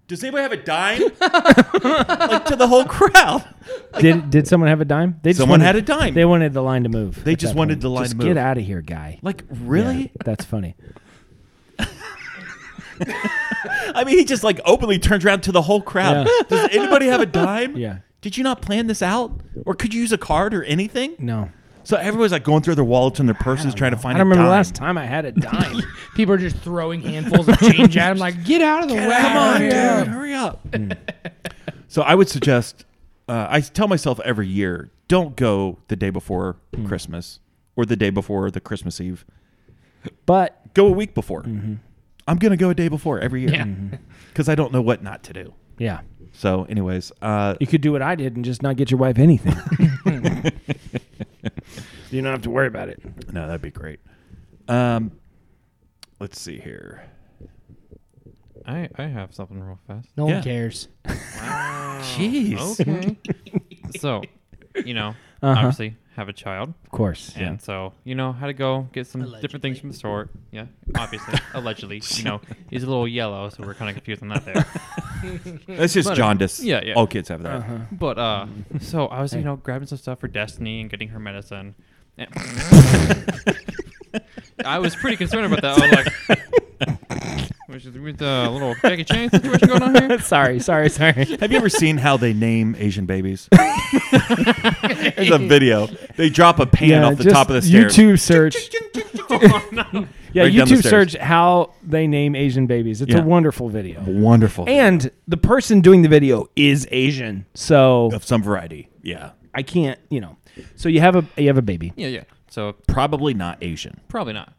[SPEAKER 4] "Does anybody have a dime?" [laughs] like to the whole crowd.
[SPEAKER 1] Did did someone have a dime? They just
[SPEAKER 4] Someone
[SPEAKER 1] wanted-
[SPEAKER 4] had a dime.
[SPEAKER 1] They wanted the line to move.
[SPEAKER 4] They
[SPEAKER 1] at
[SPEAKER 4] just
[SPEAKER 1] that
[SPEAKER 4] wanted
[SPEAKER 1] point.
[SPEAKER 4] the line
[SPEAKER 1] Just
[SPEAKER 4] to move.
[SPEAKER 1] Get out of here, guy.
[SPEAKER 4] Like
[SPEAKER 1] Yeah,
[SPEAKER 4] really?
[SPEAKER 1] that's funny.
[SPEAKER 4] I mean, he just like openly turns around to the whole crowd.
[SPEAKER 1] Yeah.
[SPEAKER 4] [laughs] Does anybody have a dime?
[SPEAKER 1] Yeah.
[SPEAKER 4] Did you not plan this out, or could you use a card or anything?
[SPEAKER 1] No,
[SPEAKER 4] So everyone's like going through their wallets and their purses trying to
[SPEAKER 1] I
[SPEAKER 4] find.
[SPEAKER 1] don't
[SPEAKER 4] a
[SPEAKER 1] remember
[SPEAKER 4] dime.
[SPEAKER 1] last time I had a
[SPEAKER 4] [laughs]
[SPEAKER 1] dime.
[SPEAKER 6] People are just throwing handfuls of [laughs] change at him. Like, get out of the way!
[SPEAKER 4] Come on, dude, hurry up.
[SPEAKER 1] Hmm.
[SPEAKER 4] [laughs] so I would suggest, uh, I tell myself every year, don't go the day before
[SPEAKER 1] Hmm.
[SPEAKER 4] Christmas or the day before the Christmas Eve.
[SPEAKER 1] but
[SPEAKER 4] Go a week before.
[SPEAKER 1] Mm-hmm.
[SPEAKER 4] I'm going to go a day before every year
[SPEAKER 6] Yeah.
[SPEAKER 4] [laughs] because I don't know what not to do.
[SPEAKER 1] yeah,
[SPEAKER 4] So, anyways, uh,
[SPEAKER 1] you could do what I did and just not get your wife anything. you don't have to worry about it.
[SPEAKER 4] no, that'd be great. Um, let's see here.
[SPEAKER 5] I, I have something real fast.
[SPEAKER 6] No one
[SPEAKER 1] [laughs]
[SPEAKER 4] Yeah.
[SPEAKER 6] cares.
[SPEAKER 4] [laughs] Jeez.
[SPEAKER 5] Okay. so, you know, obviously have a child.
[SPEAKER 1] Of course.
[SPEAKER 5] And so, you know, how to go get some different things from the store. Yeah, obviously, allegedly. You know, he's a little yellow, so we're kind of confused on
[SPEAKER 1] [laughs]
[SPEAKER 5] that there.
[SPEAKER 4] That's just jaundice.
[SPEAKER 5] Mm, yeah, yeah.
[SPEAKER 4] All kids have that.
[SPEAKER 5] But, uh, so I was, you know, grabbing some stuff for Destiny and getting her medicine. And I was pretty concerned about that. I was like, which is with a little Jackie Chan situation going on here.
[SPEAKER 1] sorry, sorry, sorry.
[SPEAKER 4] Have you
[SPEAKER 5] [laughs]
[SPEAKER 4] ever seen how they name Asian babies? There's a video. They drop a pan off the
[SPEAKER 1] just
[SPEAKER 4] top of the stairs.
[SPEAKER 1] YouTube search. [laughs] Yeah,
[SPEAKER 4] Right down the
[SPEAKER 1] YouTube
[SPEAKER 4] stairs.
[SPEAKER 1] search how they name Asian babies. It's
[SPEAKER 4] Yeah.
[SPEAKER 1] a wonderful video.
[SPEAKER 4] Wonderful.
[SPEAKER 1] And the person doing the video is Asian. So
[SPEAKER 4] of some variety. Yeah.
[SPEAKER 1] I can't, you know. So you have a you have a baby.
[SPEAKER 5] Yeah, yeah. So
[SPEAKER 4] Probably not Asian.
[SPEAKER 5] Probably not.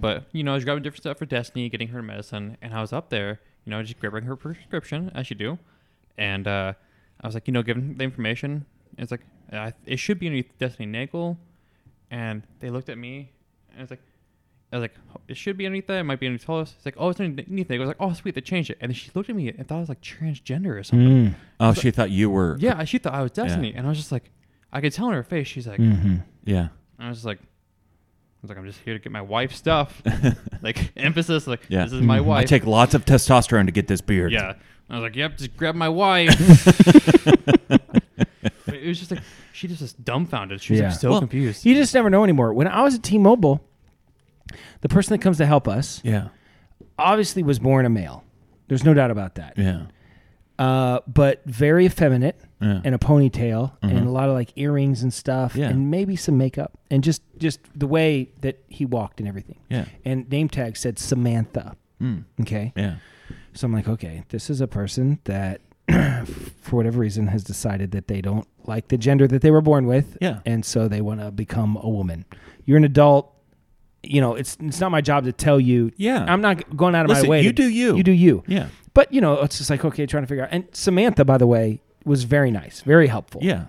[SPEAKER 5] But you know, I was grabbing different stuff for Destiny, getting her medicine, and I was up there, you know, just grabbing her prescription as you do, and uh, I was like, you know, giving the information. It's like I, it should be underneath Destiny Nagel, and they looked at me, and it's like. I was like, it should be underneath that. It might be underneath Tullis. It's like, oh, it's underneath it. I was like, oh, sweet, they changed it. And then she looked at me and thought I was like transgender or something.
[SPEAKER 4] Oh, she thought you were.
[SPEAKER 5] Yeah, she thought I was Destiny. And I was just like, I could tell in her face. She's like,
[SPEAKER 4] Mm-hmm. Yeah.
[SPEAKER 5] I was just like, I was like, I'm just here to get my wife's stuff. like emphasis, like
[SPEAKER 4] Yeah. Mm-hmm.
[SPEAKER 5] this is my
[SPEAKER 4] Mm, I
[SPEAKER 5] wife.
[SPEAKER 4] take lots of testosterone to get this beard.
[SPEAKER 5] yeah. I was like, yep, just grab
[SPEAKER 4] [laughs]
[SPEAKER 5] my wife. But it was just like she just was dumbfounded. She was
[SPEAKER 1] Yeah.
[SPEAKER 5] like, so
[SPEAKER 4] Well,
[SPEAKER 5] confused.
[SPEAKER 1] You just never know anymore. When I was at T-Mobile, the person that comes to help us
[SPEAKER 4] Yeah.
[SPEAKER 1] obviously was born a male. There's no doubt about that.
[SPEAKER 4] Yeah.
[SPEAKER 1] Uh, but very effeminate
[SPEAKER 4] Yeah. Mm-hmm.
[SPEAKER 1] and a ponytail and a lot of like earrings and stuff
[SPEAKER 4] Yeah.
[SPEAKER 1] and maybe some makeup and just just the way that he walked and everything.
[SPEAKER 4] Yeah. Mm.
[SPEAKER 1] And name tag said Samantha. Okay.
[SPEAKER 4] Yeah.
[SPEAKER 1] So I'm like, okay, this is a person that, [clears throat] for whatever reason, has decided that they don't like the gender that they were born with.
[SPEAKER 4] Yeah.
[SPEAKER 1] And so they want to become a woman. You're an adult. You know, it's it's not my job to tell you.
[SPEAKER 4] Yeah.
[SPEAKER 1] I'm not going out of
[SPEAKER 4] Listen,
[SPEAKER 1] my way.
[SPEAKER 4] you
[SPEAKER 1] to-
[SPEAKER 4] do you.
[SPEAKER 1] You do you.
[SPEAKER 4] Yeah.
[SPEAKER 1] But, you know, it's just like, okay, trying to figure out. And Samantha, by the way, was very nice, very helpful.
[SPEAKER 4] Yeah.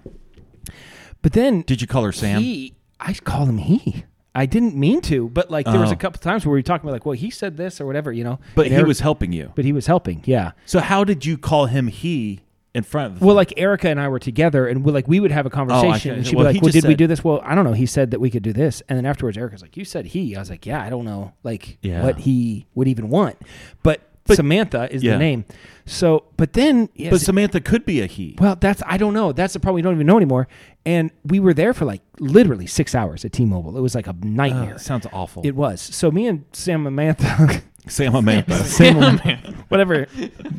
[SPEAKER 1] But then
[SPEAKER 4] Did you call her Sam?
[SPEAKER 1] he, I called him he. I didn't mean to, but like there was
[SPEAKER 4] Oh.
[SPEAKER 1] a couple times where we were talking about like, well, he said this or whatever, you know.
[SPEAKER 4] but
[SPEAKER 1] And
[SPEAKER 4] he
[SPEAKER 1] Eric-
[SPEAKER 4] was helping you.
[SPEAKER 1] but he was helping, yeah.
[SPEAKER 4] So how did you call him he in front of?
[SPEAKER 1] well, like Erica and I were together, and we like we would have a conversation,
[SPEAKER 4] Oh, see.
[SPEAKER 1] and she'd
[SPEAKER 4] Well,
[SPEAKER 1] be
[SPEAKER 4] he
[SPEAKER 1] like, "Well,
[SPEAKER 4] just
[SPEAKER 1] did we
[SPEAKER 4] said-
[SPEAKER 1] do this?" Well, I don't know. He said that we could do this, and then afterwards, Erica's like, "You said he." I was like, "Yeah, I don't know, like
[SPEAKER 4] Yeah.
[SPEAKER 1] what he would even want." But, Samantha is
[SPEAKER 4] yeah.
[SPEAKER 1] the name. So, but then, yes,
[SPEAKER 4] but Samantha could be a he.
[SPEAKER 1] well, that's I don't know. That's the problem. We don't even know anymore. And we were there for like literally six hours at T-Mobile. It was like a nightmare.
[SPEAKER 4] Uh, sounds awful.
[SPEAKER 1] it was. So me and Sam Samantha, [laughs]
[SPEAKER 4] Sam Amantha.
[SPEAKER 6] [laughs]
[SPEAKER 1] Samantha,
[SPEAKER 4] [laughs]
[SPEAKER 1] whatever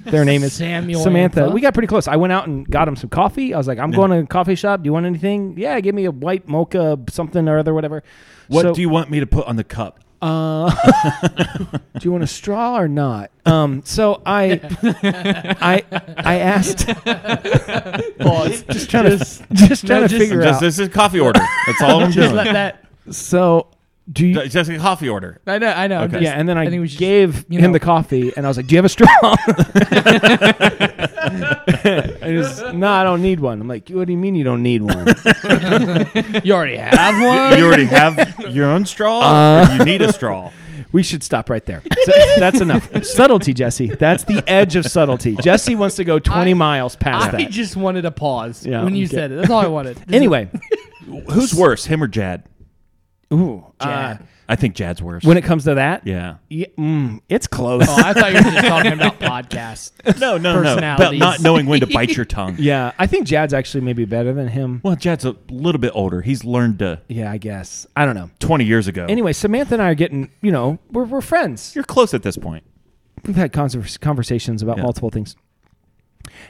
[SPEAKER 1] their name is,
[SPEAKER 6] Samuel
[SPEAKER 1] Samantha.
[SPEAKER 6] Antha.
[SPEAKER 1] We got pretty close. I went out and got him some coffee. I was like, I'm going to a coffee shop. Do you want anything? Yeah, give me a white mocha, something or other, whatever.
[SPEAKER 4] What
[SPEAKER 1] So-
[SPEAKER 4] do you want me to put on the cup?
[SPEAKER 1] Uh, do you want a straw or not? Um, so
[SPEAKER 6] [laughs]
[SPEAKER 1] I, I, I asked. [laughs]
[SPEAKER 6] [laughs]
[SPEAKER 1] just trying to just trying to
[SPEAKER 6] no, just-
[SPEAKER 1] figure
[SPEAKER 4] Just,
[SPEAKER 1] out.
[SPEAKER 4] this is coffee order. That's all I'm
[SPEAKER 6] Just let
[SPEAKER 4] doing.
[SPEAKER 6] that.
[SPEAKER 1] So do you?
[SPEAKER 4] Ju- [laughs] Just a coffee order.
[SPEAKER 6] I know. I know. I'm
[SPEAKER 4] Okay.
[SPEAKER 6] just-
[SPEAKER 1] yeah, and then I,
[SPEAKER 6] think we should-
[SPEAKER 1] gave
[SPEAKER 6] you
[SPEAKER 1] him
[SPEAKER 6] know.
[SPEAKER 1] the coffee, and I was like, "Do you have a
[SPEAKER 6] [laughs]
[SPEAKER 1] straw?" [laughs] and he's, "No, I don't need one." I'm like, "What do you mean you don't need one?"
[SPEAKER 6] you
[SPEAKER 1] [laughs]
[SPEAKER 6] already have one.
[SPEAKER 4] You already have your own straw. or you need a straw.
[SPEAKER 1] We should stop right there. So, that's enough. Subtlety, Jesse. That's the edge of subtlety. Jesse wants to go 20
[SPEAKER 6] I-
[SPEAKER 1] miles past
[SPEAKER 6] I
[SPEAKER 1] that.
[SPEAKER 6] just wanted a pause
[SPEAKER 1] Yeah,
[SPEAKER 6] when you
[SPEAKER 1] okay.
[SPEAKER 6] said it. That's all
[SPEAKER 1] [laughs]
[SPEAKER 6] I wanted. Just-
[SPEAKER 1] Anyway,
[SPEAKER 4] Who's worse, him or Jad?
[SPEAKER 1] ooh, uh,
[SPEAKER 6] Jad.
[SPEAKER 4] I think Jad's worse.
[SPEAKER 1] when it comes to that,
[SPEAKER 4] yeah.
[SPEAKER 1] yeah, mm, it's close.
[SPEAKER 6] Oh, I thought you were just talking
[SPEAKER 1] [laughs]
[SPEAKER 6] about podcasts.
[SPEAKER 4] No, no, no. About
[SPEAKER 6] Personalities.
[SPEAKER 4] not knowing when to bite your tongue.
[SPEAKER 1] yeah, I think Jad's actually maybe better than him.
[SPEAKER 4] Well, Jad's a little bit older. He's learned uh,
[SPEAKER 1] Yeah, I guess. I don't know.
[SPEAKER 4] 20 years ago.
[SPEAKER 1] Anyway, Samantha and I are getting, you know, we're, we're friends.
[SPEAKER 4] you're close at this point.
[SPEAKER 1] We've had conser- conversations about
[SPEAKER 4] Yeah.
[SPEAKER 1] multiple things.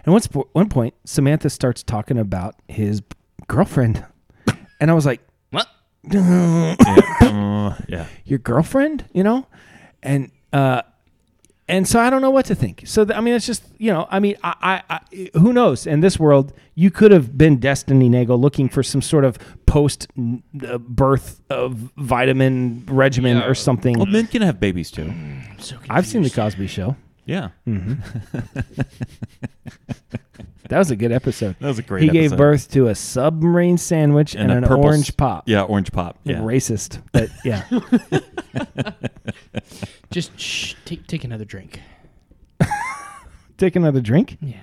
[SPEAKER 1] And once po- one point, Samantha starts talking about his girlfriend. And I was like,
[SPEAKER 4] yeah. Uh, yeah.
[SPEAKER 1] your girlfriend, you know, and uh, and so I don't know what to think. So th- I mean, it's just you know, I mean, I, I, I who knows? In this world, you could have been Destiny Nagel looking for some sort of post n- uh, birth of vitamin regimen
[SPEAKER 5] Yeah.
[SPEAKER 1] or something.
[SPEAKER 4] Well, men can have babies too.
[SPEAKER 1] I've seen the Cosby Show.
[SPEAKER 4] Yeah.
[SPEAKER 1] That was a good episode.
[SPEAKER 4] That was a great
[SPEAKER 1] He gave
[SPEAKER 4] episode.
[SPEAKER 1] birth to a submarine sandwich and,
[SPEAKER 4] a
[SPEAKER 1] an
[SPEAKER 4] purple
[SPEAKER 1] orange
[SPEAKER 4] s-
[SPEAKER 1] pop.
[SPEAKER 4] Yeah, orange pop. Yeah.
[SPEAKER 1] Racist, but
[SPEAKER 4] [laughs]
[SPEAKER 1] yeah.
[SPEAKER 6] Just shh, take take another drink.
[SPEAKER 1] Take another drink.
[SPEAKER 6] Yeah.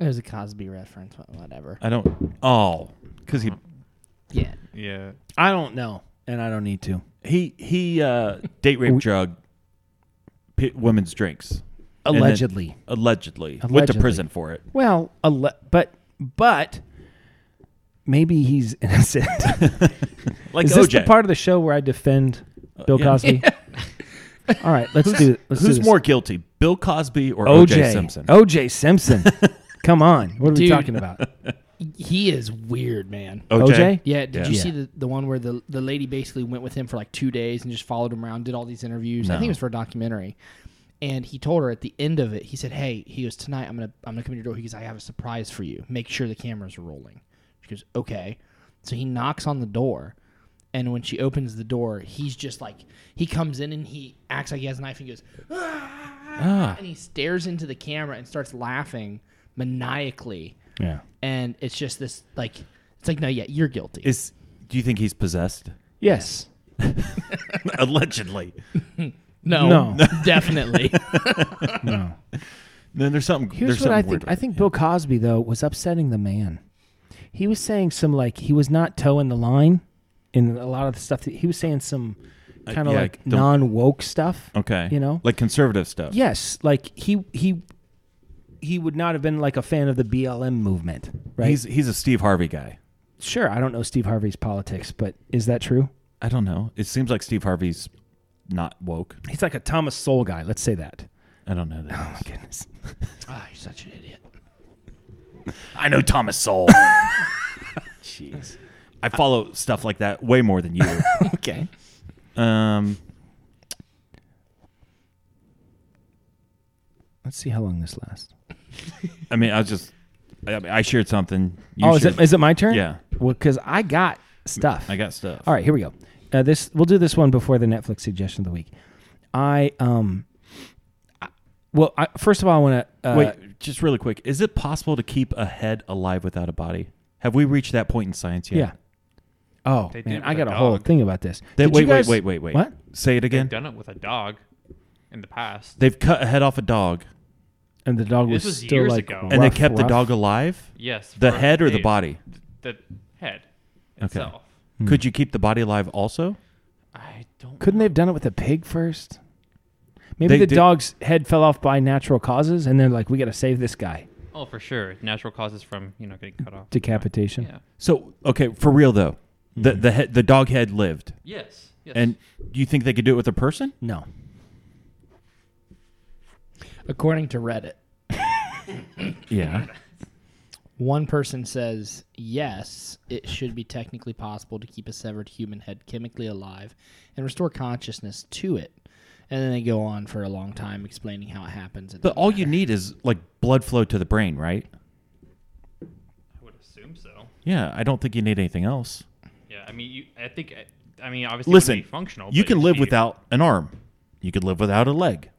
[SPEAKER 6] It was a Cosby reference, but whatever.
[SPEAKER 4] I don't. Oh, because he
[SPEAKER 6] Yeah.
[SPEAKER 5] Yeah.
[SPEAKER 1] I don't know, and I don't need to.
[SPEAKER 4] he he uh, date rape drug p- women's drinks And then-
[SPEAKER 1] Allegedly.
[SPEAKER 4] allegedly, went to
[SPEAKER 1] Allegedly.
[SPEAKER 4] prison for it.
[SPEAKER 1] Well, a le- but but maybe he's [laughs] innocent.
[SPEAKER 4] Like
[SPEAKER 1] Is
[SPEAKER 4] OJ.
[SPEAKER 1] this the part of the show where I defend Bill Cosby?
[SPEAKER 4] [laughs]
[SPEAKER 1] All right, let's do. Let's do
[SPEAKER 4] Uh, Who's
[SPEAKER 1] this.
[SPEAKER 4] more guilty, Bill Cosby or
[SPEAKER 1] OJ,
[SPEAKER 4] OJ, Simpson?
[SPEAKER 1] OJ
[SPEAKER 4] [laughs]
[SPEAKER 1] Simpson. Come on, what are we
[SPEAKER 6] Dude.
[SPEAKER 1] talking about?
[SPEAKER 6] He is weird, man.
[SPEAKER 1] OJ?
[SPEAKER 6] Yeah, did
[SPEAKER 4] Yeah.
[SPEAKER 6] you
[SPEAKER 1] Yeah.
[SPEAKER 6] see the, the one where the, the lady basically went with him for like two days and just followed him around, did all these interviews? I think it was for a documentary. And he told her at the end of it, he said, Hey, he goes, Tonight I'm gonna I'm gonna come to your door. He goes, I have a surprise for you. Make sure the cameras are rolling. She goes, Okay. So he knocks on the door and when she opens the door, he's just like he comes in and he acts like he has a knife and goes, ah. and he stares into the camera and starts laughing maniacally.
[SPEAKER 1] Yeah.
[SPEAKER 6] And it's just this like it's like, no, yeah, you're guilty.
[SPEAKER 4] Is do you think he's possessed? [laughs]
[SPEAKER 1] Yes.
[SPEAKER 4] allegedly.
[SPEAKER 6] [laughs] No,
[SPEAKER 1] No.
[SPEAKER 6] definitely.
[SPEAKER 1] No.
[SPEAKER 4] Then there's something.
[SPEAKER 1] Here's
[SPEAKER 4] there's
[SPEAKER 1] what
[SPEAKER 4] something
[SPEAKER 1] I think.
[SPEAKER 4] weird.
[SPEAKER 1] I think Bill Cosby though was upsetting the man. He was saying some like he was not toeing the line in a lot of the stuff that he was saying some kind of
[SPEAKER 4] Uh, yeah,
[SPEAKER 1] like
[SPEAKER 4] don't-
[SPEAKER 1] non woke stuff.
[SPEAKER 4] Okay.
[SPEAKER 1] You know?
[SPEAKER 4] like conservative stuff.
[SPEAKER 1] Yes, like he he he would not have been like a fan of the BLM movement, right?
[SPEAKER 4] He's he's a Steve Harvey guy.
[SPEAKER 1] sure, I don't know Steve Harvey's politics, but is that true?
[SPEAKER 4] I don't know. It seems like Steve Harvey's not woke.
[SPEAKER 1] He's like a Thomas Soul guy. Let's say that.
[SPEAKER 4] I don't know that.
[SPEAKER 1] Goodness.
[SPEAKER 6] Ah, you're such an idiot.
[SPEAKER 4] I know Thomas Sowell. [laughs] Jeez. I follow stuff like that way more than you.
[SPEAKER 1] [laughs]
[SPEAKER 4] [laughs]
[SPEAKER 1] Okay.
[SPEAKER 4] um,
[SPEAKER 1] Let's see how long this lasts.
[SPEAKER 4] I mean, I was just, I, I shared something. You
[SPEAKER 1] oh, is
[SPEAKER 4] shared-
[SPEAKER 1] it is it my turn?
[SPEAKER 4] Yeah.
[SPEAKER 1] Well, because I got stuff.
[SPEAKER 4] I got stuff.
[SPEAKER 1] All right, here we go. Uh, this we'll do this one before the Netflix suggestion of the week. I um, I- well, I, first of all, I want to uh,
[SPEAKER 4] Wait, just really quick. Is it possible to keep a head alive without a body? Have we reached that point in science yet?
[SPEAKER 1] Yeah. Oh
[SPEAKER 5] They did
[SPEAKER 1] man,
[SPEAKER 5] it
[SPEAKER 1] I
[SPEAKER 5] with
[SPEAKER 1] got
[SPEAKER 5] a
[SPEAKER 1] a whole
[SPEAKER 5] dog.
[SPEAKER 1] thing about this.
[SPEAKER 4] They,
[SPEAKER 1] Did you
[SPEAKER 4] wait,
[SPEAKER 1] guys-
[SPEAKER 4] wait, wait, wait, wait.
[SPEAKER 1] What?
[SPEAKER 4] Say it again.
[SPEAKER 5] They've done it with a dog in the past.
[SPEAKER 4] They've cut a head off a dog,
[SPEAKER 1] And the dog
[SPEAKER 5] This
[SPEAKER 1] was
[SPEAKER 5] was
[SPEAKER 1] still
[SPEAKER 5] years
[SPEAKER 1] like,
[SPEAKER 5] ago.
[SPEAKER 1] rough,
[SPEAKER 4] and they kept the
[SPEAKER 1] rough?
[SPEAKER 4] dog alive.
[SPEAKER 5] yes.
[SPEAKER 4] The
[SPEAKER 5] for-
[SPEAKER 4] head or the
[SPEAKER 5] they-
[SPEAKER 4] body?
[SPEAKER 5] The head itself.
[SPEAKER 4] Could you keep the body alive also?
[SPEAKER 5] I don't.
[SPEAKER 1] Couldn't they have done it with a pig first? Maybe
[SPEAKER 4] They
[SPEAKER 1] the
[SPEAKER 4] did-
[SPEAKER 1] dog's head fell off by natural causes, and they're like, "We got to save this guy."
[SPEAKER 5] Oh, for sure. Natural causes from you know getting cut off.
[SPEAKER 1] Decapitation.
[SPEAKER 5] Yeah.
[SPEAKER 4] So okay, for real though, the the head, the dog head lived,
[SPEAKER 5] Yes. Yes.
[SPEAKER 4] and you think they could do it with a person?
[SPEAKER 1] No.
[SPEAKER 6] According to Reddit,
[SPEAKER 4] Yeah.
[SPEAKER 6] One person says, yes, it should be technically possible to keep a severed human head chemically alive and restore consciousness to it. And then they go on for a long time explaining how it happens. It
[SPEAKER 4] But
[SPEAKER 6] doesn't
[SPEAKER 4] all you need is like blood flow to the brain, right?
[SPEAKER 5] I would assume so.
[SPEAKER 4] Yeah, I don't think you need anything else.
[SPEAKER 5] Yeah, I mean, you, I think, I mean, obviously, it wouldn't
[SPEAKER 4] Listen,
[SPEAKER 5] be functional.
[SPEAKER 4] you
[SPEAKER 5] but
[SPEAKER 4] can
[SPEAKER 5] just
[SPEAKER 4] live
[SPEAKER 5] need-
[SPEAKER 4] without an arm. You could live without a leg,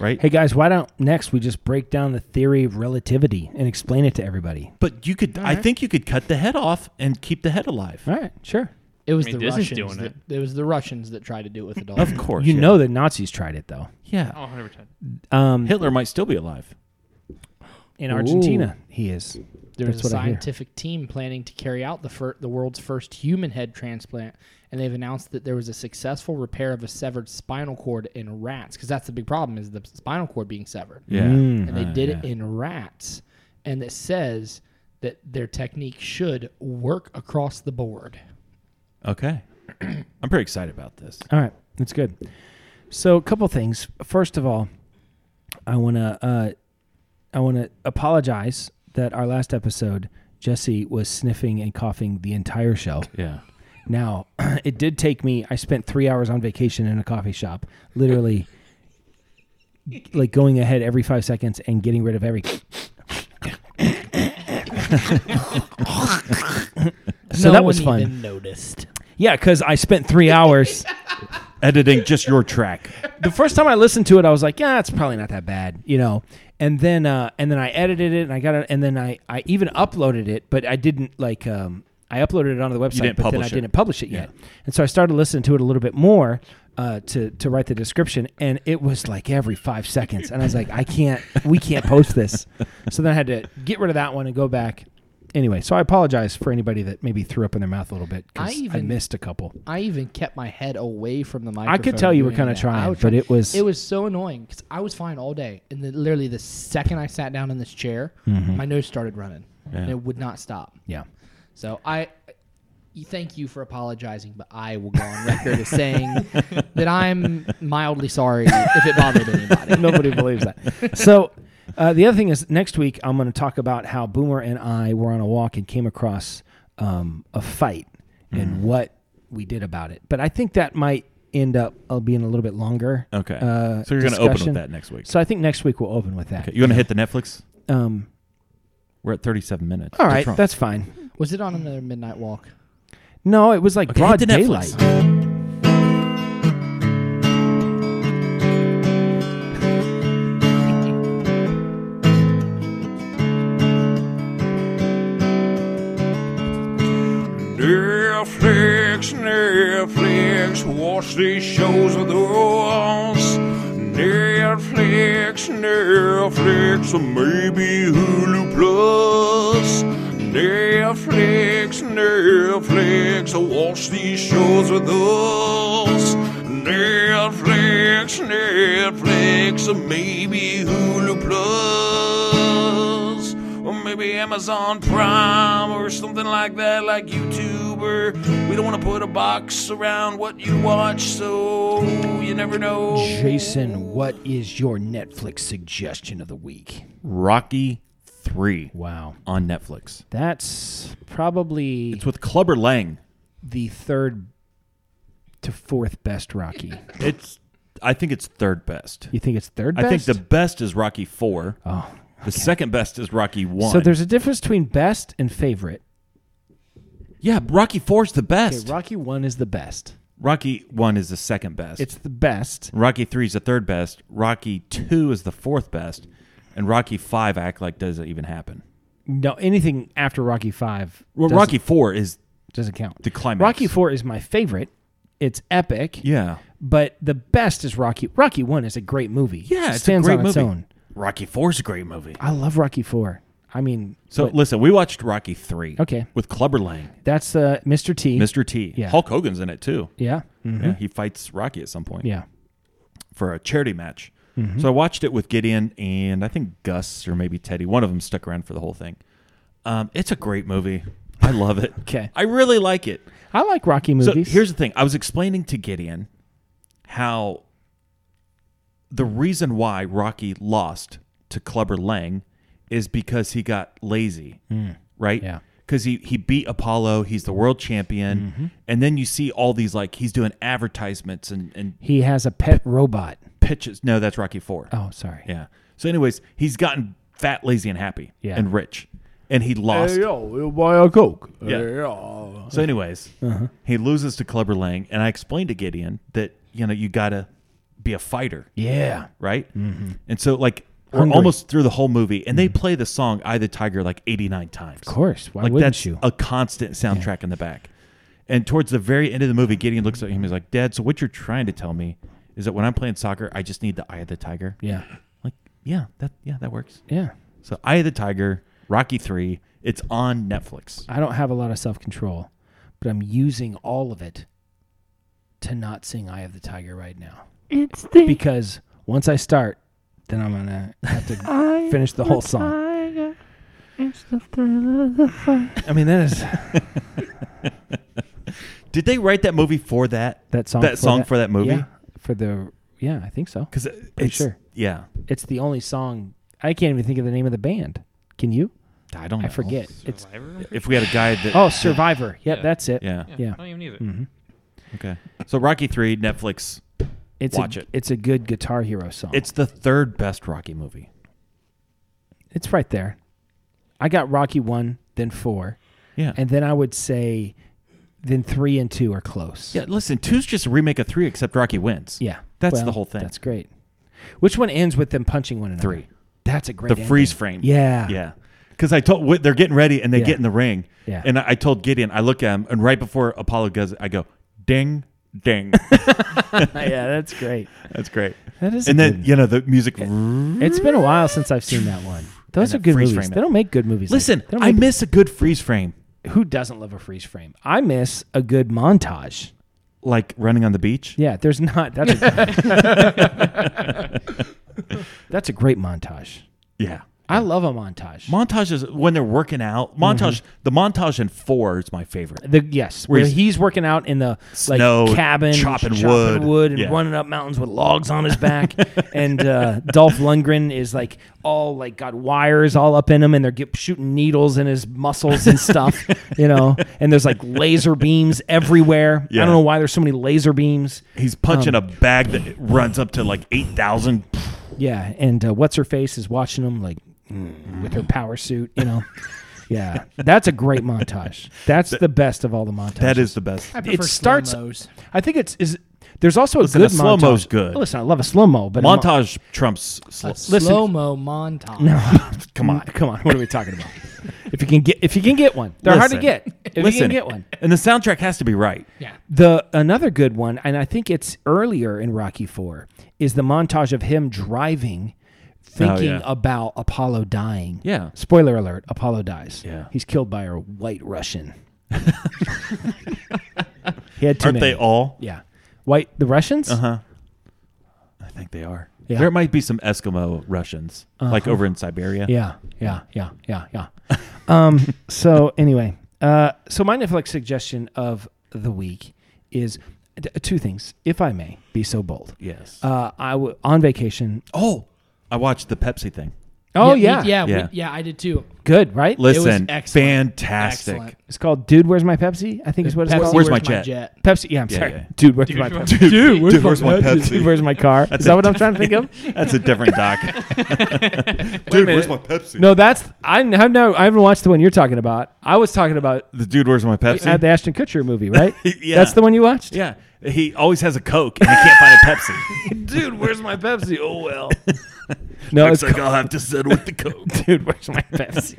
[SPEAKER 4] right?
[SPEAKER 1] Hey guys, why don't next we just break down the theory of relativity and explain it to everybody?
[SPEAKER 4] But you could. I think you could cut the head off and keep the head alive.
[SPEAKER 1] All right, sure.
[SPEAKER 6] It was
[SPEAKER 5] I mean,
[SPEAKER 6] the
[SPEAKER 5] Disney's
[SPEAKER 6] Russians.
[SPEAKER 5] doing
[SPEAKER 6] that,
[SPEAKER 5] it.
[SPEAKER 6] it was the Russians that tried to [laughs] do it with a dog.
[SPEAKER 4] Of course,
[SPEAKER 1] You
[SPEAKER 4] yeah.
[SPEAKER 1] know the Nazis tried it though
[SPEAKER 4] Yeah,
[SPEAKER 5] Oh, 100%.
[SPEAKER 4] Hitler might still be alive.
[SPEAKER 1] in Argentina. He is.
[SPEAKER 6] There
[SPEAKER 1] That's
[SPEAKER 6] was a
[SPEAKER 1] what I hear.
[SPEAKER 6] scientific team planning to carry out the fir- the world's first human head transplant, and they've announced that there was a successful repair of a severed spinal cord in rats. Because that's the big problem is the spinal cord being severed.
[SPEAKER 4] Yeah,
[SPEAKER 1] Mm. Mm-hmm.
[SPEAKER 6] and they did it in rats, and it says that their technique should work across the board.
[SPEAKER 4] Okay, [clears throat] I'm pretty excited about this.
[SPEAKER 1] All right, that's good. So, a couple things. First of all, I want to uh, I want to apologize that our last episode Jesse was sniffing and coughing the entire
[SPEAKER 6] [laughs]
[SPEAKER 1] show.
[SPEAKER 4] Yeah,
[SPEAKER 1] Now, [clears throat] it did take me. I spent three hours on vacation in a coffee shop,
[SPEAKER 6] [laughs]
[SPEAKER 1] literally, like going ahead every five seconds and getting rid of
[SPEAKER 6] [laughs]
[SPEAKER 1] every. [laughs] so that
[SPEAKER 6] no one
[SPEAKER 1] was fun.
[SPEAKER 6] Even noticed.
[SPEAKER 1] Yeah, because I spent
[SPEAKER 6] [laughs]
[SPEAKER 1] three hours.
[SPEAKER 4] editing just
[SPEAKER 1] [laughs]
[SPEAKER 4] your track.
[SPEAKER 1] the first time I listened to it, I was like, yeah, it's probably not that bad, you know. And then uh, and then I edited it and I got it and then I, I even uploaded it, but I didn't like um, I uploaded it onto the website,
[SPEAKER 4] didn't
[SPEAKER 1] but then I
[SPEAKER 4] publish it.
[SPEAKER 1] didn't publish it yet. And so I started listening to it a little bit more uh, to to write the description, and it was like every five seconds, and I was like, I can't, we can't post this. So then I had to get rid of that one and go back. Anyway, so I apologize for anybody that maybe threw up in their mouth a little bit
[SPEAKER 6] I
[SPEAKER 1] because I,
[SPEAKER 6] even-
[SPEAKER 1] missed a couple.
[SPEAKER 6] I even kept my head away from the microphone.
[SPEAKER 1] I could tell you were
[SPEAKER 6] doing
[SPEAKER 1] kind of
[SPEAKER 6] that.
[SPEAKER 1] trying,
[SPEAKER 6] I was
[SPEAKER 1] but it was
[SPEAKER 6] It was so annoying because I was fine all day, and then literally the second I sat down in this chair,
[SPEAKER 1] Mm-hmm.
[SPEAKER 6] my nose started running, and it would not stop.
[SPEAKER 1] yeah.
[SPEAKER 6] So I you- thank you for apologizing, but I will go on record
[SPEAKER 1] [laughs]
[SPEAKER 6] as saying that I'm mildly sorry if it bothered anybody.
[SPEAKER 1] [laughs] Nobody believes that. So uh, the other thing is, next week I'm going to talk about how Boomer and I were on a walk and came across um, a fight
[SPEAKER 4] Mm.
[SPEAKER 1] and what we did about it. But I think that might end up uh, being a little bit longer.
[SPEAKER 4] Okay.
[SPEAKER 1] uh,
[SPEAKER 4] So you're gonna open with
[SPEAKER 1] discussion.
[SPEAKER 4] that next week.
[SPEAKER 1] So I think next week we'll open with that.
[SPEAKER 4] Okay, you want to hit the Netflix?
[SPEAKER 1] Um,
[SPEAKER 4] We're at 37 minutes.
[SPEAKER 1] all right,
[SPEAKER 4] Trump.
[SPEAKER 1] that's fine.
[SPEAKER 6] Was it on another midnight walk?
[SPEAKER 1] No, it was like
[SPEAKER 4] Okay,
[SPEAKER 1] broad
[SPEAKER 4] hit the
[SPEAKER 1] daylight.
[SPEAKER 4] Netflix.
[SPEAKER 7] Netflix, Netflix, watch these shows of those. Netflix, Netflix, or maybe Hulu Plus. Netflix, Netflix, watch these shows with us. Netflix, Netflix, or maybe Hulu Plus or maybe Amazon Prime or something like that, like YouTube. Or we don't want to put a box around what you watch, so you never know.
[SPEAKER 1] Jason, what is your Netflix suggestion of the week?
[SPEAKER 4] Rocky Three
[SPEAKER 1] Wow,
[SPEAKER 4] on Netflix.
[SPEAKER 1] that's probably
[SPEAKER 4] It's with Clubber Lang.
[SPEAKER 1] the third to fourth best Rocky.
[SPEAKER 4] It's I think it's third best.
[SPEAKER 1] You think it's third best?
[SPEAKER 4] I think the best is Rocky Four.
[SPEAKER 1] Oh,
[SPEAKER 4] The second best is Rocky One.
[SPEAKER 1] So there's a difference between best and favorite.
[SPEAKER 4] yeah, Rocky Four is the best.
[SPEAKER 1] Okay, Rocky One is the best.
[SPEAKER 4] Rocky One is the second best.
[SPEAKER 1] It's the best.
[SPEAKER 4] Rocky Three is the third best. Rocky Two is the fourth best, and Rocky Five I act like doesn't even happen.
[SPEAKER 1] No, anything after Rocky Five
[SPEAKER 4] Well,
[SPEAKER 1] doesn't,
[SPEAKER 4] Rocky Four is
[SPEAKER 1] doesn't count.
[SPEAKER 4] the climax.
[SPEAKER 1] Rocky Four is my favorite. It's epic.
[SPEAKER 4] yeah,
[SPEAKER 1] But the best is Rocky. Rocky One is a great movie.
[SPEAKER 4] yeah,
[SPEAKER 1] it
[SPEAKER 4] it's
[SPEAKER 1] stands
[SPEAKER 4] a great
[SPEAKER 1] on its
[SPEAKER 4] movie.
[SPEAKER 1] own.
[SPEAKER 4] Rocky Four is a great movie.
[SPEAKER 1] I love Rocky Four. I mean,
[SPEAKER 4] So listen, we watched Rocky Three.
[SPEAKER 1] Okay.
[SPEAKER 4] with Clubber Lang,
[SPEAKER 1] that's uh, Mr. T.
[SPEAKER 4] Mr. T.
[SPEAKER 1] Yeah.
[SPEAKER 4] Hulk Hogan's in it too.
[SPEAKER 1] Yeah, Mm-hmm.
[SPEAKER 4] Yeah, he fights Rocky at some point.
[SPEAKER 1] yeah.
[SPEAKER 4] for a charity match.
[SPEAKER 1] Mm-hmm.
[SPEAKER 4] So I watched it with Gideon and I think Gus or maybe Teddy. One of them stuck around for the whole thing. Um, it's a great movie. I love
[SPEAKER 1] [laughs]
[SPEAKER 4] it.
[SPEAKER 1] 'Kay.
[SPEAKER 4] I really like it.
[SPEAKER 1] I like Rocky movies.
[SPEAKER 4] So here's the thing. I was explaining to Gideon how the reason why Rocky lost to Clubber Lang is because he got lazy. right?
[SPEAKER 1] Mm. Yeah.
[SPEAKER 4] Because he, he beat Apollo, he's the world champion,
[SPEAKER 1] Mm-hmm.
[SPEAKER 4] and then you see all these like he's doing advertisements and, and
[SPEAKER 1] He has a pet robot.
[SPEAKER 4] pitches. No, that's Rocky Four.
[SPEAKER 1] Oh, sorry.
[SPEAKER 4] Yeah. So, anyways, he's gotten fat, lazy, and happy,
[SPEAKER 1] Yeah.
[SPEAKER 4] and rich, and he lost.
[SPEAKER 1] yo, buy a Coke.
[SPEAKER 4] Yeah. So, anyways,
[SPEAKER 1] Uh-huh.
[SPEAKER 4] he loses to Clubber Lang, and I explained to Gideon that you know you gotta be a fighter,
[SPEAKER 1] Yeah.
[SPEAKER 4] right? And so, like, we're
[SPEAKER 1] Mm-hmm. Hungry. Mm-hmm.
[SPEAKER 4] almost through the whole movie, and they play the song "I the Tiger" like eighty nine times.
[SPEAKER 1] Of course. Why
[SPEAKER 4] like
[SPEAKER 1] wouldn't
[SPEAKER 4] that's
[SPEAKER 1] you?
[SPEAKER 4] a constant soundtrack in the back. And towards the very end of the movie, Gideon looks at him. He's like, "Dad, so what you're trying to tell me is that when I'm playing soccer, I just need the eye of the tiger."
[SPEAKER 1] yeah.
[SPEAKER 4] Like, yeah, that yeah that works.
[SPEAKER 1] Yeah.
[SPEAKER 4] So Eye of the Tiger, Rocky Three. It's on Netflix.
[SPEAKER 1] I don't have a lot of self control, but I'm using all of it to not sing Eye of the Tiger right now. It's the because once I start, then I'm gonna have [laughs] to finish the whole song. I mean that is
[SPEAKER 4] Did they write that movie for that?
[SPEAKER 1] [laughs] that song.
[SPEAKER 4] That song for that movie?
[SPEAKER 1] Yeah, for the yeah, I think so.
[SPEAKER 4] Because
[SPEAKER 1] Pretty sure.
[SPEAKER 4] Yeah,
[SPEAKER 1] It's the only song I can't even think of the name of the band. Can you?
[SPEAKER 4] I don't.
[SPEAKER 1] I
[SPEAKER 4] know.
[SPEAKER 1] forget. It's
[SPEAKER 5] Survivor?
[SPEAKER 4] If we had a guy that.
[SPEAKER 1] oh Survivor. Yep, that's it.
[SPEAKER 4] Yeah.
[SPEAKER 1] yeah.
[SPEAKER 5] I don't even need it.
[SPEAKER 4] Mm-hmm. Okay. So Rocky Three Netflix.
[SPEAKER 1] It's
[SPEAKER 4] Watch
[SPEAKER 1] a,
[SPEAKER 4] it.
[SPEAKER 1] It's a good Guitar Hero song.
[SPEAKER 4] It's the third best Rocky movie.
[SPEAKER 1] It's right there. I got Rocky one, then four,
[SPEAKER 4] Yeah.
[SPEAKER 1] and then I would say, then three and two are close.
[SPEAKER 4] yeah. Listen, two's just a remake of three, except Rocky wins.
[SPEAKER 1] yeah.
[SPEAKER 4] That's
[SPEAKER 1] Well,
[SPEAKER 4] the whole thing.
[SPEAKER 1] That's great. Which one ends with them punching one another?
[SPEAKER 4] Three.
[SPEAKER 1] That's a great.
[SPEAKER 4] the
[SPEAKER 1] ending.
[SPEAKER 4] freeze frame.
[SPEAKER 1] Yeah.
[SPEAKER 4] Yeah. Because I told wh- they're getting ready and they
[SPEAKER 1] Yeah.
[SPEAKER 4] get in the ring.
[SPEAKER 1] Yeah.
[SPEAKER 4] And I, I told Gideon, I look at him, and right before Apollo goes, I go, ding,
[SPEAKER 1] [laughs]
[SPEAKER 4] ding.
[SPEAKER 1] yeah, that's great. [laughs]
[SPEAKER 4] That's great.
[SPEAKER 1] That is.
[SPEAKER 4] and
[SPEAKER 1] a
[SPEAKER 4] then
[SPEAKER 1] good-
[SPEAKER 4] you know the music.
[SPEAKER 1] it's been a while since I've seen that one. Those
[SPEAKER 4] And
[SPEAKER 1] are
[SPEAKER 4] then
[SPEAKER 1] good
[SPEAKER 4] freeze
[SPEAKER 1] movies.
[SPEAKER 4] frame it.
[SPEAKER 1] They don't make good movies. like-
[SPEAKER 4] Listen,
[SPEAKER 1] they don't
[SPEAKER 4] I
[SPEAKER 1] make-
[SPEAKER 4] miss a good freeze frame,
[SPEAKER 1] who doesn't love a freeze frame. I miss a good montage.
[SPEAKER 4] like running on the beach.
[SPEAKER 1] Yeah, there's not. That's a,
[SPEAKER 4] [laughs]
[SPEAKER 1] that's a great montage.
[SPEAKER 4] Yeah.
[SPEAKER 1] I love a montage.
[SPEAKER 4] Montages when they're working out. Montage.
[SPEAKER 1] Mm-hmm.
[SPEAKER 4] The montage in four is my favorite.
[SPEAKER 1] The yes, where,
[SPEAKER 4] he's-
[SPEAKER 1] he's, working out in the like
[SPEAKER 4] Snow,
[SPEAKER 1] cabin,
[SPEAKER 4] chopping wood.
[SPEAKER 1] and
[SPEAKER 4] Yeah.
[SPEAKER 1] running up mountains with logs on his
[SPEAKER 4] [laughs]
[SPEAKER 1] back, and uh, Dolph Lundgren is like all like got wires all up in him, and they're get, shooting needles in his muscles and
[SPEAKER 4] [laughs]
[SPEAKER 1] stuff, you know. And there's like laser beams everywhere. I
[SPEAKER 4] Yeah.
[SPEAKER 1] don't know why there's so many laser beams.
[SPEAKER 4] He's punching
[SPEAKER 1] Um,
[SPEAKER 4] a bag that runs up to like eight thousand.
[SPEAKER 1] Yeah, and uh, what's her face is watching him like mm, with her power suit, you know. [laughs] yeah, that's a great montage. That's the best of all the montages.
[SPEAKER 4] That is the best.
[SPEAKER 6] I
[SPEAKER 1] It
[SPEAKER 6] prefer
[SPEAKER 1] starts-
[SPEAKER 6] slow-mos.
[SPEAKER 1] I think it's is. There's also a
[SPEAKER 4] Listen,
[SPEAKER 1] good
[SPEAKER 4] a slow-mo's
[SPEAKER 1] montage.
[SPEAKER 4] good.
[SPEAKER 1] Listen, I love a slow mo, but a mon-
[SPEAKER 4] Montage trumps. Slow.
[SPEAKER 1] listen-
[SPEAKER 6] slow-mo
[SPEAKER 1] [laughs]
[SPEAKER 6] montage.
[SPEAKER 1] come on, come on. What are we talking about? if you can get, if you can get one, they're hard to get.
[SPEAKER 4] Listen.
[SPEAKER 1] If you
[SPEAKER 4] Listen,
[SPEAKER 1] can get one,
[SPEAKER 4] and the soundtrack has to be right.
[SPEAKER 6] Yeah.
[SPEAKER 1] the another good one, and I think it's earlier in Rocky Four, is the montage of him driving, thinking
[SPEAKER 4] Oh, yeah.
[SPEAKER 1] about Apollo dying.
[SPEAKER 4] Yeah.
[SPEAKER 1] Spoiler alert: Apollo dies.
[SPEAKER 4] Yeah.
[SPEAKER 1] He's killed by a white
[SPEAKER 4] [laughs]
[SPEAKER 1] Russian. he had too many.
[SPEAKER 4] Aren't they all?
[SPEAKER 1] Yeah. White the Russians.
[SPEAKER 4] Uh huh. I think they are.
[SPEAKER 1] Yeah. Uh-huh.
[SPEAKER 4] There might be some Eskimo Russians, like over in Siberia.
[SPEAKER 1] Yeah, yeah, yeah, yeah, yeah.
[SPEAKER 4] [laughs]
[SPEAKER 1] um, so anyway, uh, so my Netflix suggestion of the week is d- two things, if I may be so bold.
[SPEAKER 4] Yes.
[SPEAKER 1] Uh, I w- on vacation.
[SPEAKER 4] oh, I watched the Pepsi thing.
[SPEAKER 1] Oh yeah,
[SPEAKER 6] Yeah, we- yeah, we-
[SPEAKER 4] Yeah.
[SPEAKER 6] yeah. I did too.
[SPEAKER 1] good, right?
[SPEAKER 4] Listen,
[SPEAKER 6] excellent.
[SPEAKER 4] fantastic.
[SPEAKER 6] Excellent.
[SPEAKER 1] It's called "Dude, Where's My Pepsi?" I think is what it's
[SPEAKER 6] Pepsi,
[SPEAKER 1] called.
[SPEAKER 4] Uh, where's my jet?
[SPEAKER 1] Pepsi? Yeah, I'm
[SPEAKER 4] Yeah,
[SPEAKER 1] sorry.
[SPEAKER 4] yeah.
[SPEAKER 1] Dude, where's my
[SPEAKER 5] where's
[SPEAKER 1] Pepsi?
[SPEAKER 5] [laughs]
[SPEAKER 4] Dude, dude, where's my
[SPEAKER 1] Dude, where's my car? is that what I'm trying to
[SPEAKER 4] [laughs]
[SPEAKER 1] think of?
[SPEAKER 4] That's a
[SPEAKER 1] [laughs]
[SPEAKER 4] different doc. [laughs] dude, where's my Pepsi?
[SPEAKER 1] No, that's I n- have no. I haven't watched the one you're talking about. I was talking about
[SPEAKER 4] The dude, where's my Pepsi?
[SPEAKER 1] uh, the Ashton Kutcher movie, right?
[SPEAKER 4] [laughs] Yeah.
[SPEAKER 1] That's the one you watched.
[SPEAKER 4] yeah, he always has a Coke and he can't find a
[SPEAKER 1] [laughs]
[SPEAKER 4] Pepsi.
[SPEAKER 1] Dude, where's my Pepsi? Oh well.
[SPEAKER 4] [laughs]
[SPEAKER 1] No,
[SPEAKER 4] Looks
[SPEAKER 1] it's
[SPEAKER 4] like I'll have to settle with
[SPEAKER 1] [laughs]
[SPEAKER 4] the Coke.
[SPEAKER 1] dude, where's my Pepsi?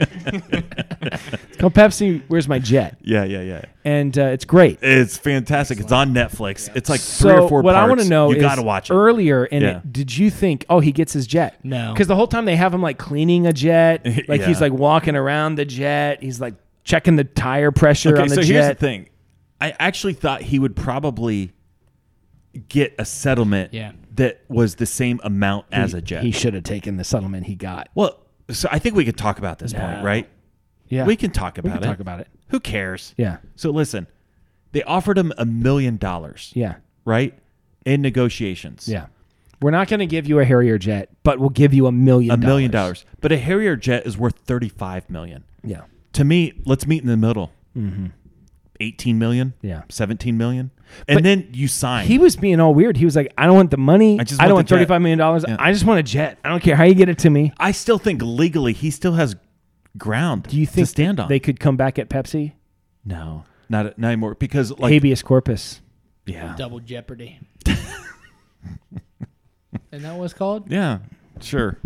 [SPEAKER 4] [laughs]
[SPEAKER 1] it's called Pepsi, where's my jet?
[SPEAKER 4] yeah, yeah, yeah.
[SPEAKER 1] And uh, it's great.
[SPEAKER 4] It's fantastic. It's on Netflix. It's like
[SPEAKER 1] so
[SPEAKER 4] three or four.
[SPEAKER 1] what I want
[SPEAKER 4] parts.
[SPEAKER 1] to know
[SPEAKER 4] you
[SPEAKER 1] is
[SPEAKER 4] gotta watch it.
[SPEAKER 1] earlier in
[SPEAKER 4] Yeah.
[SPEAKER 1] it, did you think, oh, he gets his jet?
[SPEAKER 6] No.
[SPEAKER 1] Because the whole time they have him like cleaning a
[SPEAKER 4] [laughs]
[SPEAKER 1] jet, like
[SPEAKER 4] Yeah.
[SPEAKER 1] he's like walking around the jet, he's like checking the tire pressure
[SPEAKER 4] okay,
[SPEAKER 1] on the
[SPEAKER 4] so
[SPEAKER 1] jet.
[SPEAKER 4] here's the thing. I actually thought he would probably get a settlement
[SPEAKER 6] Yeah.
[SPEAKER 4] that was the same amount as a jet.
[SPEAKER 1] He should have taken the settlement he got.
[SPEAKER 4] well, so I think we could talk about this point, right?
[SPEAKER 1] Yeah.
[SPEAKER 4] We can talk about
[SPEAKER 1] We can
[SPEAKER 4] it.
[SPEAKER 1] talk about it.
[SPEAKER 4] Who cares?
[SPEAKER 1] Yeah.
[SPEAKER 4] So listen, they offered him a million dollars,
[SPEAKER 1] Yeah.
[SPEAKER 4] right? In negotiations.
[SPEAKER 1] Yeah. We're not going to give you a Harrier jet, but we'll give you a million
[SPEAKER 4] A million dollars. But a Harrier jet is worth 35 million.
[SPEAKER 1] Yeah.
[SPEAKER 4] to me, let's meet in the middle. Mm-hmm. 18 million,
[SPEAKER 1] Yeah.
[SPEAKER 4] 17 million, and
[SPEAKER 1] But
[SPEAKER 4] then you sign.
[SPEAKER 1] He was being all weird. He was like, I don't want the money. I,
[SPEAKER 4] I just
[SPEAKER 1] don't want
[SPEAKER 4] want the jet."
[SPEAKER 1] $35 million. dollars.
[SPEAKER 4] Yeah.
[SPEAKER 1] I just want a jet. I don't care how you get it to me.
[SPEAKER 4] I still think legally he still has ground.
[SPEAKER 1] Do you think
[SPEAKER 4] to stand on?
[SPEAKER 1] they could come back at Pepsi?
[SPEAKER 4] no, not not anymore because like
[SPEAKER 1] Habeas corpus.
[SPEAKER 4] yeah,
[SPEAKER 6] Double Jeopardy. [laughs] and that was called?
[SPEAKER 4] yeah, sure.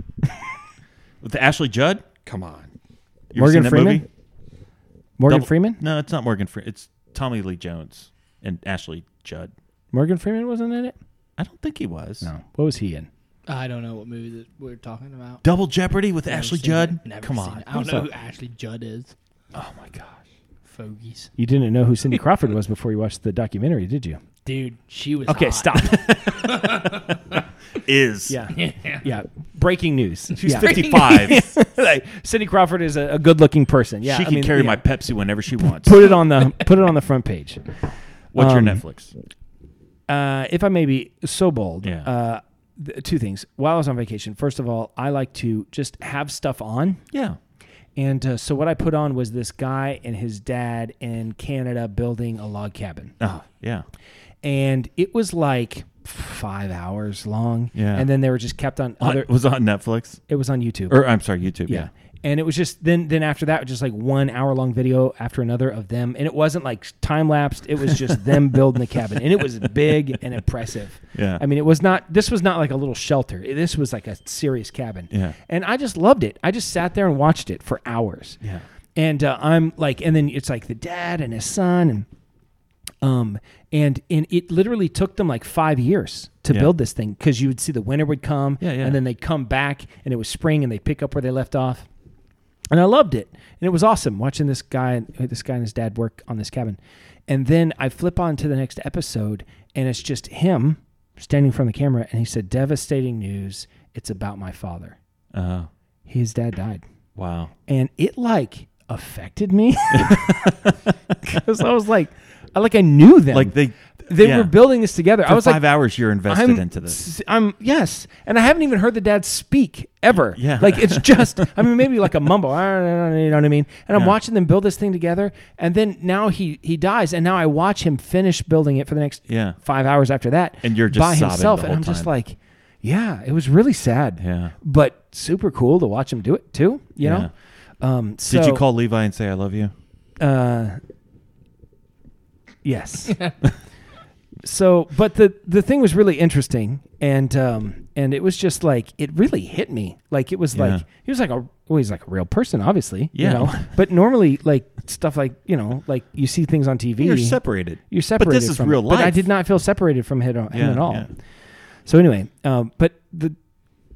[SPEAKER 4] With Ashley Judd, come on, you ever
[SPEAKER 1] Morgan
[SPEAKER 4] seen that
[SPEAKER 1] Freeman?
[SPEAKER 4] movie?
[SPEAKER 1] Morgan
[SPEAKER 4] Double-
[SPEAKER 1] Freeman?
[SPEAKER 4] No, it's not Morgan Freeman. It's Tommy Lee Jones and Ashley Judd.
[SPEAKER 1] Morgan Freeman wasn't in it?
[SPEAKER 4] I don't think he was.
[SPEAKER 1] No. What was he in?
[SPEAKER 6] I don't know what movie that we're talking about.
[SPEAKER 4] Double Jeopardy with Ashley
[SPEAKER 6] seen
[SPEAKER 4] Judd.
[SPEAKER 6] it. Never
[SPEAKER 4] Come
[SPEAKER 6] seen
[SPEAKER 4] on.
[SPEAKER 6] it. I don't know who Ashley Judd is.
[SPEAKER 4] Oh my gosh.
[SPEAKER 6] Fogies.
[SPEAKER 1] You didn't know who
[SPEAKER 4] [laughs]
[SPEAKER 1] Cindy Crawford was before you watched the documentary, did you?
[SPEAKER 6] Dude, she was
[SPEAKER 1] Okay,
[SPEAKER 6] hot. [laughs]
[SPEAKER 1] stop. [laughs]
[SPEAKER 4] Is
[SPEAKER 1] Yeah. yeah. Breaking news.
[SPEAKER 4] she's
[SPEAKER 1] yeah.
[SPEAKER 6] [laughs]
[SPEAKER 4] 55. [laughs]
[SPEAKER 1] like, Cindy Crawford is a, a good-looking person. Yeah,
[SPEAKER 4] she
[SPEAKER 1] I
[SPEAKER 4] can
[SPEAKER 1] mean,
[SPEAKER 4] carry
[SPEAKER 1] yeah.
[SPEAKER 4] my Pepsi
[SPEAKER 1] [laughs]
[SPEAKER 4] whenever she wants.
[SPEAKER 1] Put it on the put it on the front page.
[SPEAKER 4] What's
[SPEAKER 1] um,
[SPEAKER 4] your Netflix?
[SPEAKER 1] uh, if I may be so bold,
[SPEAKER 4] Yeah.
[SPEAKER 1] uh, th- two things. While I was on vacation, first of all, I like to just have stuff on.
[SPEAKER 4] Yeah.
[SPEAKER 1] And uh, so what I put on was this guy and his dad in Canada building a log cabin.
[SPEAKER 4] Oh, yeah.
[SPEAKER 1] And it was like five hours long.
[SPEAKER 4] Yeah.
[SPEAKER 1] And then they were just kept on
[SPEAKER 4] On-
[SPEAKER 1] other,
[SPEAKER 4] was on Netflix
[SPEAKER 1] it was on YouTube.
[SPEAKER 4] or I'm sorry, YouTube.
[SPEAKER 1] yeah.
[SPEAKER 4] Yeah.
[SPEAKER 1] And it was just then then after that just like one hour long video after another of them and it wasn't like time lapsed it was just
[SPEAKER 4] [laughs]
[SPEAKER 1] them building the cabin and it was big and impressive.
[SPEAKER 4] Yeah.
[SPEAKER 1] I mean it was not this was not like a little shelter. It- This was like a serious cabin.
[SPEAKER 4] Yeah.
[SPEAKER 1] And I just loved it. I just sat there and watched it for hours.
[SPEAKER 4] Yeah.
[SPEAKER 1] And uh, I'm like and then it's like the dad and his son and um, and and it literally took them like five years to
[SPEAKER 4] Yeah.
[SPEAKER 1] build this thing because you would see the winter would come,
[SPEAKER 4] Yeah, yeah.
[SPEAKER 1] and then they'd come back, and it was spring, and they would pick up where they left off. And I loved it, and it was awesome watching this guy, this guy and his dad work on this cabin. And then I flip on to the next episode, and it's just him standing in front of the camera, and he said, "Devastating news. It's about my father.
[SPEAKER 4] Oh,
[SPEAKER 1] His dad died."
[SPEAKER 4] wow.
[SPEAKER 1] and it like affected
[SPEAKER 4] [laughs]
[SPEAKER 1] me [laughs] because I was like, I like I knew them.
[SPEAKER 4] Like they
[SPEAKER 1] they
[SPEAKER 4] yeah.
[SPEAKER 1] were building this together.
[SPEAKER 4] For
[SPEAKER 1] I was like,
[SPEAKER 4] five hours you're invested
[SPEAKER 1] I'm,
[SPEAKER 4] into this.
[SPEAKER 1] s- I'm yes, and I haven't even heard the dad speak ever.
[SPEAKER 4] [laughs] Yeah.
[SPEAKER 1] like it's just. I mean, maybe like a mumble. [laughs] "Ah, ah, ah," You know what I mean? And I'm
[SPEAKER 4] Yeah.
[SPEAKER 1] watching them build this thing together, and then now he he dies, and now I watch him finish building it for the next
[SPEAKER 4] Yeah.
[SPEAKER 1] five hours after that.
[SPEAKER 4] And you're just
[SPEAKER 1] by
[SPEAKER 4] sobbing
[SPEAKER 1] himself,
[SPEAKER 4] the
[SPEAKER 1] and I'm
[SPEAKER 4] whole
[SPEAKER 1] just
[SPEAKER 4] time.
[SPEAKER 1] like, yeah, it was really sad.
[SPEAKER 4] Yeah.
[SPEAKER 1] but super cool to watch him do it too. You know. Um,
[SPEAKER 4] Did
[SPEAKER 1] so-
[SPEAKER 4] you call Levi and say I love you?
[SPEAKER 1] uh, yes. [laughs] so, but the the thing was really interesting, and um, and it was just like it really hit me. Like it was like
[SPEAKER 4] Yeah.
[SPEAKER 1] he was like a well, he's like a real person, obviously. You
[SPEAKER 4] Yeah. [laughs]
[SPEAKER 1] know? But normally, like stuff like you know, like you see things on TV.
[SPEAKER 4] You're separated.
[SPEAKER 1] You're separated.
[SPEAKER 4] But this is
[SPEAKER 1] from-
[SPEAKER 4] real life.
[SPEAKER 1] But I did not feel separated from him, him
[SPEAKER 4] Yeah,
[SPEAKER 1] at all.
[SPEAKER 4] yeah.
[SPEAKER 1] So anyway, um, but the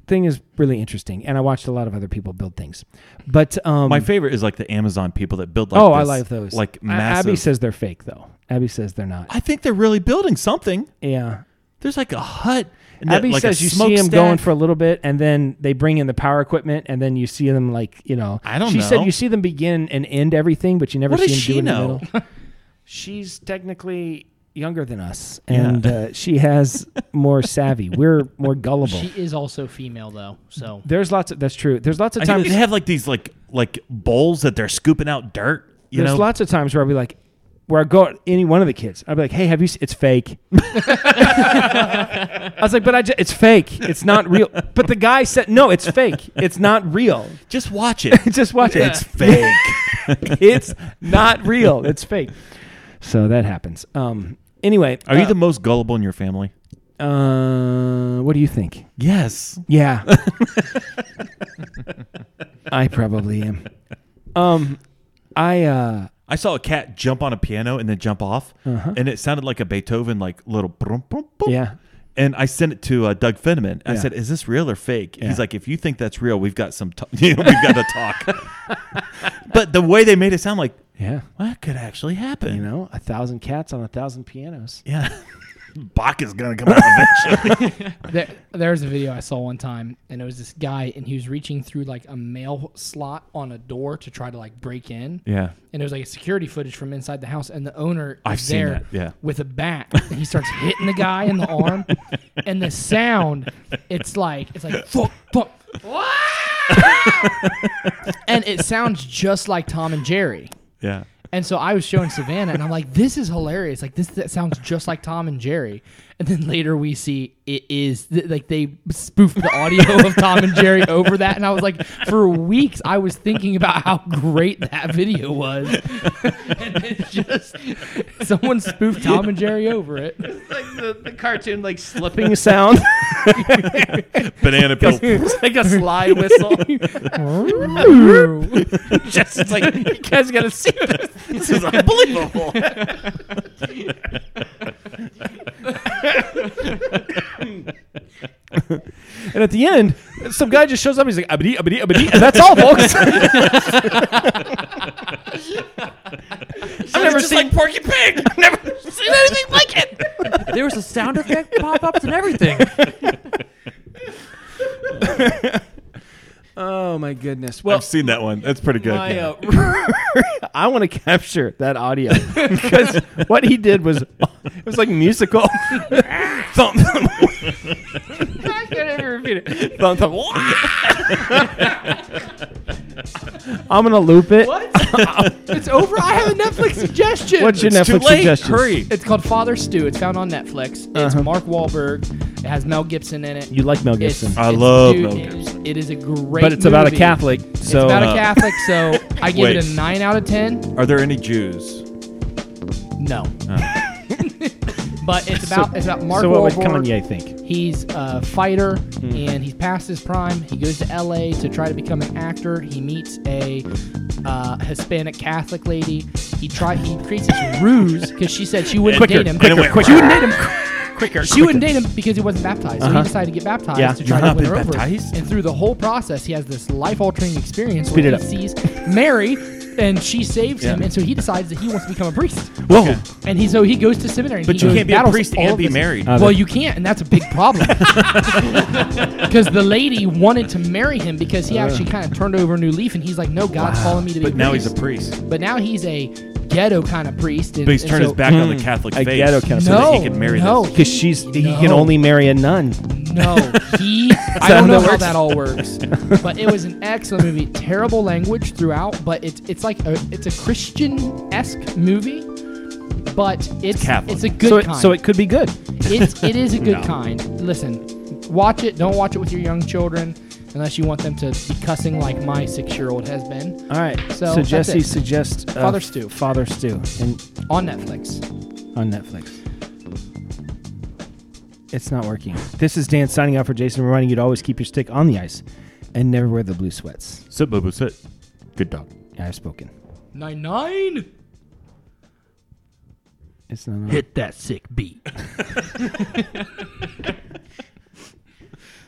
[SPEAKER 1] thing is really interesting, and I watched a lot of other people build things. But um,
[SPEAKER 4] My favorite is like the Amazon people that build like
[SPEAKER 1] oh,
[SPEAKER 4] this,
[SPEAKER 1] I like those.
[SPEAKER 4] Like
[SPEAKER 1] A-
[SPEAKER 4] massive.
[SPEAKER 1] Abby says they're fake though. Abby says they're not.
[SPEAKER 4] I think they're really building something.
[SPEAKER 1] yeah.
[SPEAKER 4] There's like a hut. And
[SPEAKER 1] Abby
[SPEAKER 4] that, like a
[SPEAKER 1] says you see them
[SPEAKER 4] smokestack.
[SPEAKER 1] going for a little bit, and then they bring in the power equipment, and then you see them like you know.
[SPEAKER 4] I don't
[SPEAKER 1] She said
[SPEAKER 4] know.
[SPEAKER 1] you see them begin and end everything, but you never
[SPEAKER 4] What
[SPEAKER 1] see
[SPEAKER 4] does
[SPEAKER 1] them
[SPEAKER 4] she
[SPEAKER 1] do in
[SPEAKER 4] know?
[SPEAKER 1] the
[SPEAKER 4] [laughs]
[SPEAKER 1] middle. She's technically younger than
[SPEAKER 4] [laughs]
[SPEAKER 1] us, and uh, she has more savvy. We're more gullible.
[SPEAKER 6] She is also female, though. So
[SPEAKER 1] There's lots of that's true. There's lots of
[SPEAKER 4] I think
[SPEAKER 1] times
[SPEAKER 4] they have like these like like bowls that they're scooping out dirt. You
[SPEAKER 1] there's
[SPEAKER 4] know,
[SPEAKER 1] lots of times where I'll be like, where I go at any one of the kids, I'll be like, "Hey, have you? Se- it's fake." [laughs] I was like, "But I, ju- it's fake. It's not real." But the guy said, "No, it's fake. It's not real. [laughs]
[SPEAKER 4] just watch it.
[SPEAKER 1] Just watch it. [laughs]
[SPEAKER 4] It's fake.
[SPEAKER 1] It's not real. It's fake." So that happens. Um. Anyway,
[SPEAKER 4] Are you the most gullible in your family?
[SPEAKER 1] the? Uh, what do you think?
[SPEAKER 4] Yes.
[SPEAKER 1] Yeah. I probably am. Um, I uh.
[SPEAKER 4] I saw a cat jump on a piano and then jump off, and it sounded like a Beethoven like little. brum, brum,
[SPEAKER 1] Uh-huh.
[SPEAKER 4] brum.
[SPEAKER 1] Yeah.
[SPEAKER 4] And I sent it to uh, Doug Finneman. I
[SPEAKER 1] Yeah.
[SPEAKER 4] said, "Is this real or fake?"
[SPEAKER 1] Yeah.
[SPEAKER 4] He's like, "If you think that's real, we've got some. T- [laughs] you know, we've got to talk." but the way they made it sound like
[SPEAKER 1] Yeah.
[SPEAKER 4] well, that could actually happen.
[SPEAKER 1] You know, a thousand cats on a thousand pianos.
[SPEAKER 4] Yeah. Bach is gonna come out eventually.
[SPEAKER 6] there, there was a video I saw one time, and it was this guy, and he was reaching through like a mail slot on a door to try to like break in.
[SPEAKER 4] yeah.
[SPEAKER 6] And it was like a security footage from inside the house, and the owner
[SPEAKER 4] I've
[SPEAKER 6] is
[SPEAKER 4] seen
[SPEAKER 6] there
[SPEAKER 4] that, yeah.
[SPEAKER 6] with a bat, and he starts hitting the guy
[SPEAKER 4] [laughs]
[SPEAKER 6] in the arm, and the sound, it's like it's like fuck, fuck, and it sounds just like Tom and Jerry.
[SPEAKER 4] Yeah.
[SPEAKER 6] And so I was showing Savannah, and I'm like, "This is hilarious! Like this that sounds just like Tom and Jerry." And then later we see it is th- like they spoofed the audio of Tom and Jerry over that, and I was like, for weeks I was thinking about how great that video was, [laughs] and it's just someone spoofed Tom and Jerry over it.
[SPEAKER 1] like the, the cartoon like
[SPEAKER 5] [laughs]
[SPEAKER 1] slipping sound. [laughs]
[SPEAKER 4] [laughs] Banana peel.
[SPEAKER 1] it's like a sly
[SPEAKER 6] [laughs]
[SPEAKER 1] whistle. Just it's like you guys gotta see this. This is unbelievable. and at the end, some guy just shows up. He's like, abadi, abadi, abadi. And that's all,
[SPEAKER 6] [laughs]
[SPEAKER 1] folks. I've never seen Porky
[SPEAKER 6] [laughs]
[SPEAKER 1] Pig. I've never seen anything like it.
[SPEAKER 5] There was a sound effect pop ups and everything.
[SPEAKER 6] [laughs]
[SPEAKER 1] Oh my goodness. Well,
[SPEAKER 4] I've seen that one. That's pretty good.
[SPEAKER 1] My, uh, [laughs] I want to capture that audio because what he did was it was like musical. [laughs] thump, thump. I can't even repeat it. Thump, thump. [laughs] I'm gonna loop it.
[SPEAKER 6] What? it's over. I have a Netflix suggestion.
[SPEAKER 1] What's your
[SPEAKER 4] It's too
[SPEAKER 1] Netflix
[SPEAKER 4] late.
[SPEAKER 1] suggestion? Uh-huh.
[SPEAKER 4] Hurry.
[SPEAKER 6] It's called Father Stew. It's found on Netflix. It's Mark Wahlberg. It has Mel Gibson in it.
[SPEAKER 1] You like Mel
[SPEAKER 6] It's-
[SPEAKER 1] Gibson,
[SPEAKER 4] I
[SPEAKER 6] it's-
[SPEAKER 4] love
[SPEAKER 6] dude,
[SPEAKER 4] Mel
[SPEAKER 6] it-
[SPEAKER 4] Gibson.
[SPEAKER 6] It is a great.
[SPEAKER 1] but it's about a
[SPEAKER 6] movie.
[SPEAKER 1] Catholic. So
[SPEAKER 6] it's about
[SPEAKER 4] Uh,
[SPEAKER 6] a Catholic, so I give it
[SPEAKER 1] [laughs]
[SPEAKER 4] Wait.
[SPEAKER 6] a nine out of ten.
[SPEAKER 4] Are there any Jews?
[SPEAKER 6] No. [laughs] but it's about it's about Mark
[SPEAKER 1] Uh. so what would
[SPEAKER 6] Wahlberg.
[SPEAKER 1] Kanye think?
[SPEAKER 6] He's a fighter,
[SPEAKER 4] Hmm.
[SPEAKER 6] and he's past his prime. He goes to L.A. to try to become an actor. He meets a uh, Hispanic Catholic lady. He try he creates this ruse because she said she wouldn't
[SPEAKER 1] Quicker,
[SPEAKER 6] date him.
[SPEAKER 1] quicker,
[SPEAKER 4] went-
[SPEAKER 1] quicker. You wouldn't date him. Quicker.
[SPEAKER 6] She wouldn't date him because he wasn't baptized. So
[SPEAKER 1] Uh-huh.
[SPEAKER 6] he decided to get baptized
[SPEAKER 1] Yeah.
[SPEAKER 6] to
[SPEAKER 4] You're
[SPEAKER 6] try to
[SPEAKER 4] not
[SPEAKER 6] win
[SPEAKER 4] been
[SPEAKER 6] her over.
[SPEAKER 4] baptized?
[SPEAKER 6] And through the whole process, he has this life-altering experience
[SPEAKER 1] Speed
[SPEAKER 6] where
[SPEAKER 1] it
[SPEAKER 6] he
[SPEAKER 1] up.
[SPEAKER 6] sees Mary, and she saves him.
[SPEAKER 4] Yeah.
[SPEAKER 6] And so he decides that he wants to become a priest.
[SPEAKER 1] Whoa.
[SPEAKER 6] And he so he goes to seminary. And
[SPEAKER 4] But
[SPEAKER 6] he
[SPEAKER 4] you
[SPEAKER 6] goes
[SPEAKER 4] can't be a
[SPEAKER 6] battles
[SPEAKER 4] priest
[SPEAKER 6] all
[SPEAKER 4] and
[SPEAKER 6] of
[SPEAKER 4] be
[SPEAKER 6] this-
[SPEAKER 4] married.
[SPEAKER 1] Uh,
[SPEAKER 6] well,
[SPEAKER 1] that-
[SPEAKER 6] you can't, and that's a big problem. [laughs] Because the lady wanted to marry him because he actually kind of turned over a new leaf, and he's like, "No, God's calling me to be."
[SPEAKER 4] But
[SPEAKER 6] a
[SPEAKER 4] now he's a
[SPEAKER 6] priest."
[SPEAKER 4] priest.
[SPEAKER 6] But now he's a ghetto kind of priest. And,
[SPEAKER 4] But he's
[SPEAKER 6] and
[SPEAKER 4] turned
[SPEAKER 6] so,
[SPEAKER 4] his back on the Catholic
[SPEAKER 1] A
[SPEAKER 4] faith.
[SPEAKER 1] ghetto kind of
[SPEAKER 4] so
[SPEAKER 1] faith.
[SPEAKER 4] that
[SPEAKER 6] No,
[SPEAKER 4] he can marry
[SPEAKER 6] no.
[SPEAKER 4] this.
[SPEAKER 1] Because she's he can
[SPEAKER 6] No.
[SPEAKER 1] only marry a nun.
[SPEAKER 6] No, he. I don't
[SPEAKER 1] how
[SPEAKER 6] know
[SPEAKER 1] that
[SPEAKER 6] how
[SPEAKER 1] works?
[SPEAKER 6] that all works, but it was an excellent movie. Terrible language throughout, but it's it's like a it's a Christian esque movie, but it's
[SPEAKER 4] Catholic.
[SPEAKER 6] it's a good
[SPEAKER 1] so it,
[SPEAKER 6] kind.
[SPEAKER 1] so it could be good.
[SPEAKER 6] it's, it is a good kind. Listen, watch it. Don't watch it with your young children unless you want them to be cussing like my six year old has been
[SPEAKER 1] All right. So,
[SPEAKER 6] So that's
[SPEAKER 1] Jesse
[SPEAKER 6] it.
[SPEAKER 1] suggests uh,
[SPEAKER 6] Father Stew.
[SPEAKER 1] Father Stew, and
[SPEAKER 6] on Netflix.
[SPEAKER 1] on Netflix. It's not working. This is Dan signing off for Jason, reminding you to always keep your stick on the ice and never wear the blue sweats.
[SPEAKER 4] Sit, boo boo, sit. Good dog.
[SPEAKER 1] I've spoken.
[SPEAKER 6] Nine nine.
[SPEAKER 1] It's not. on.
[SPEAKER 6] Hit that sick beat.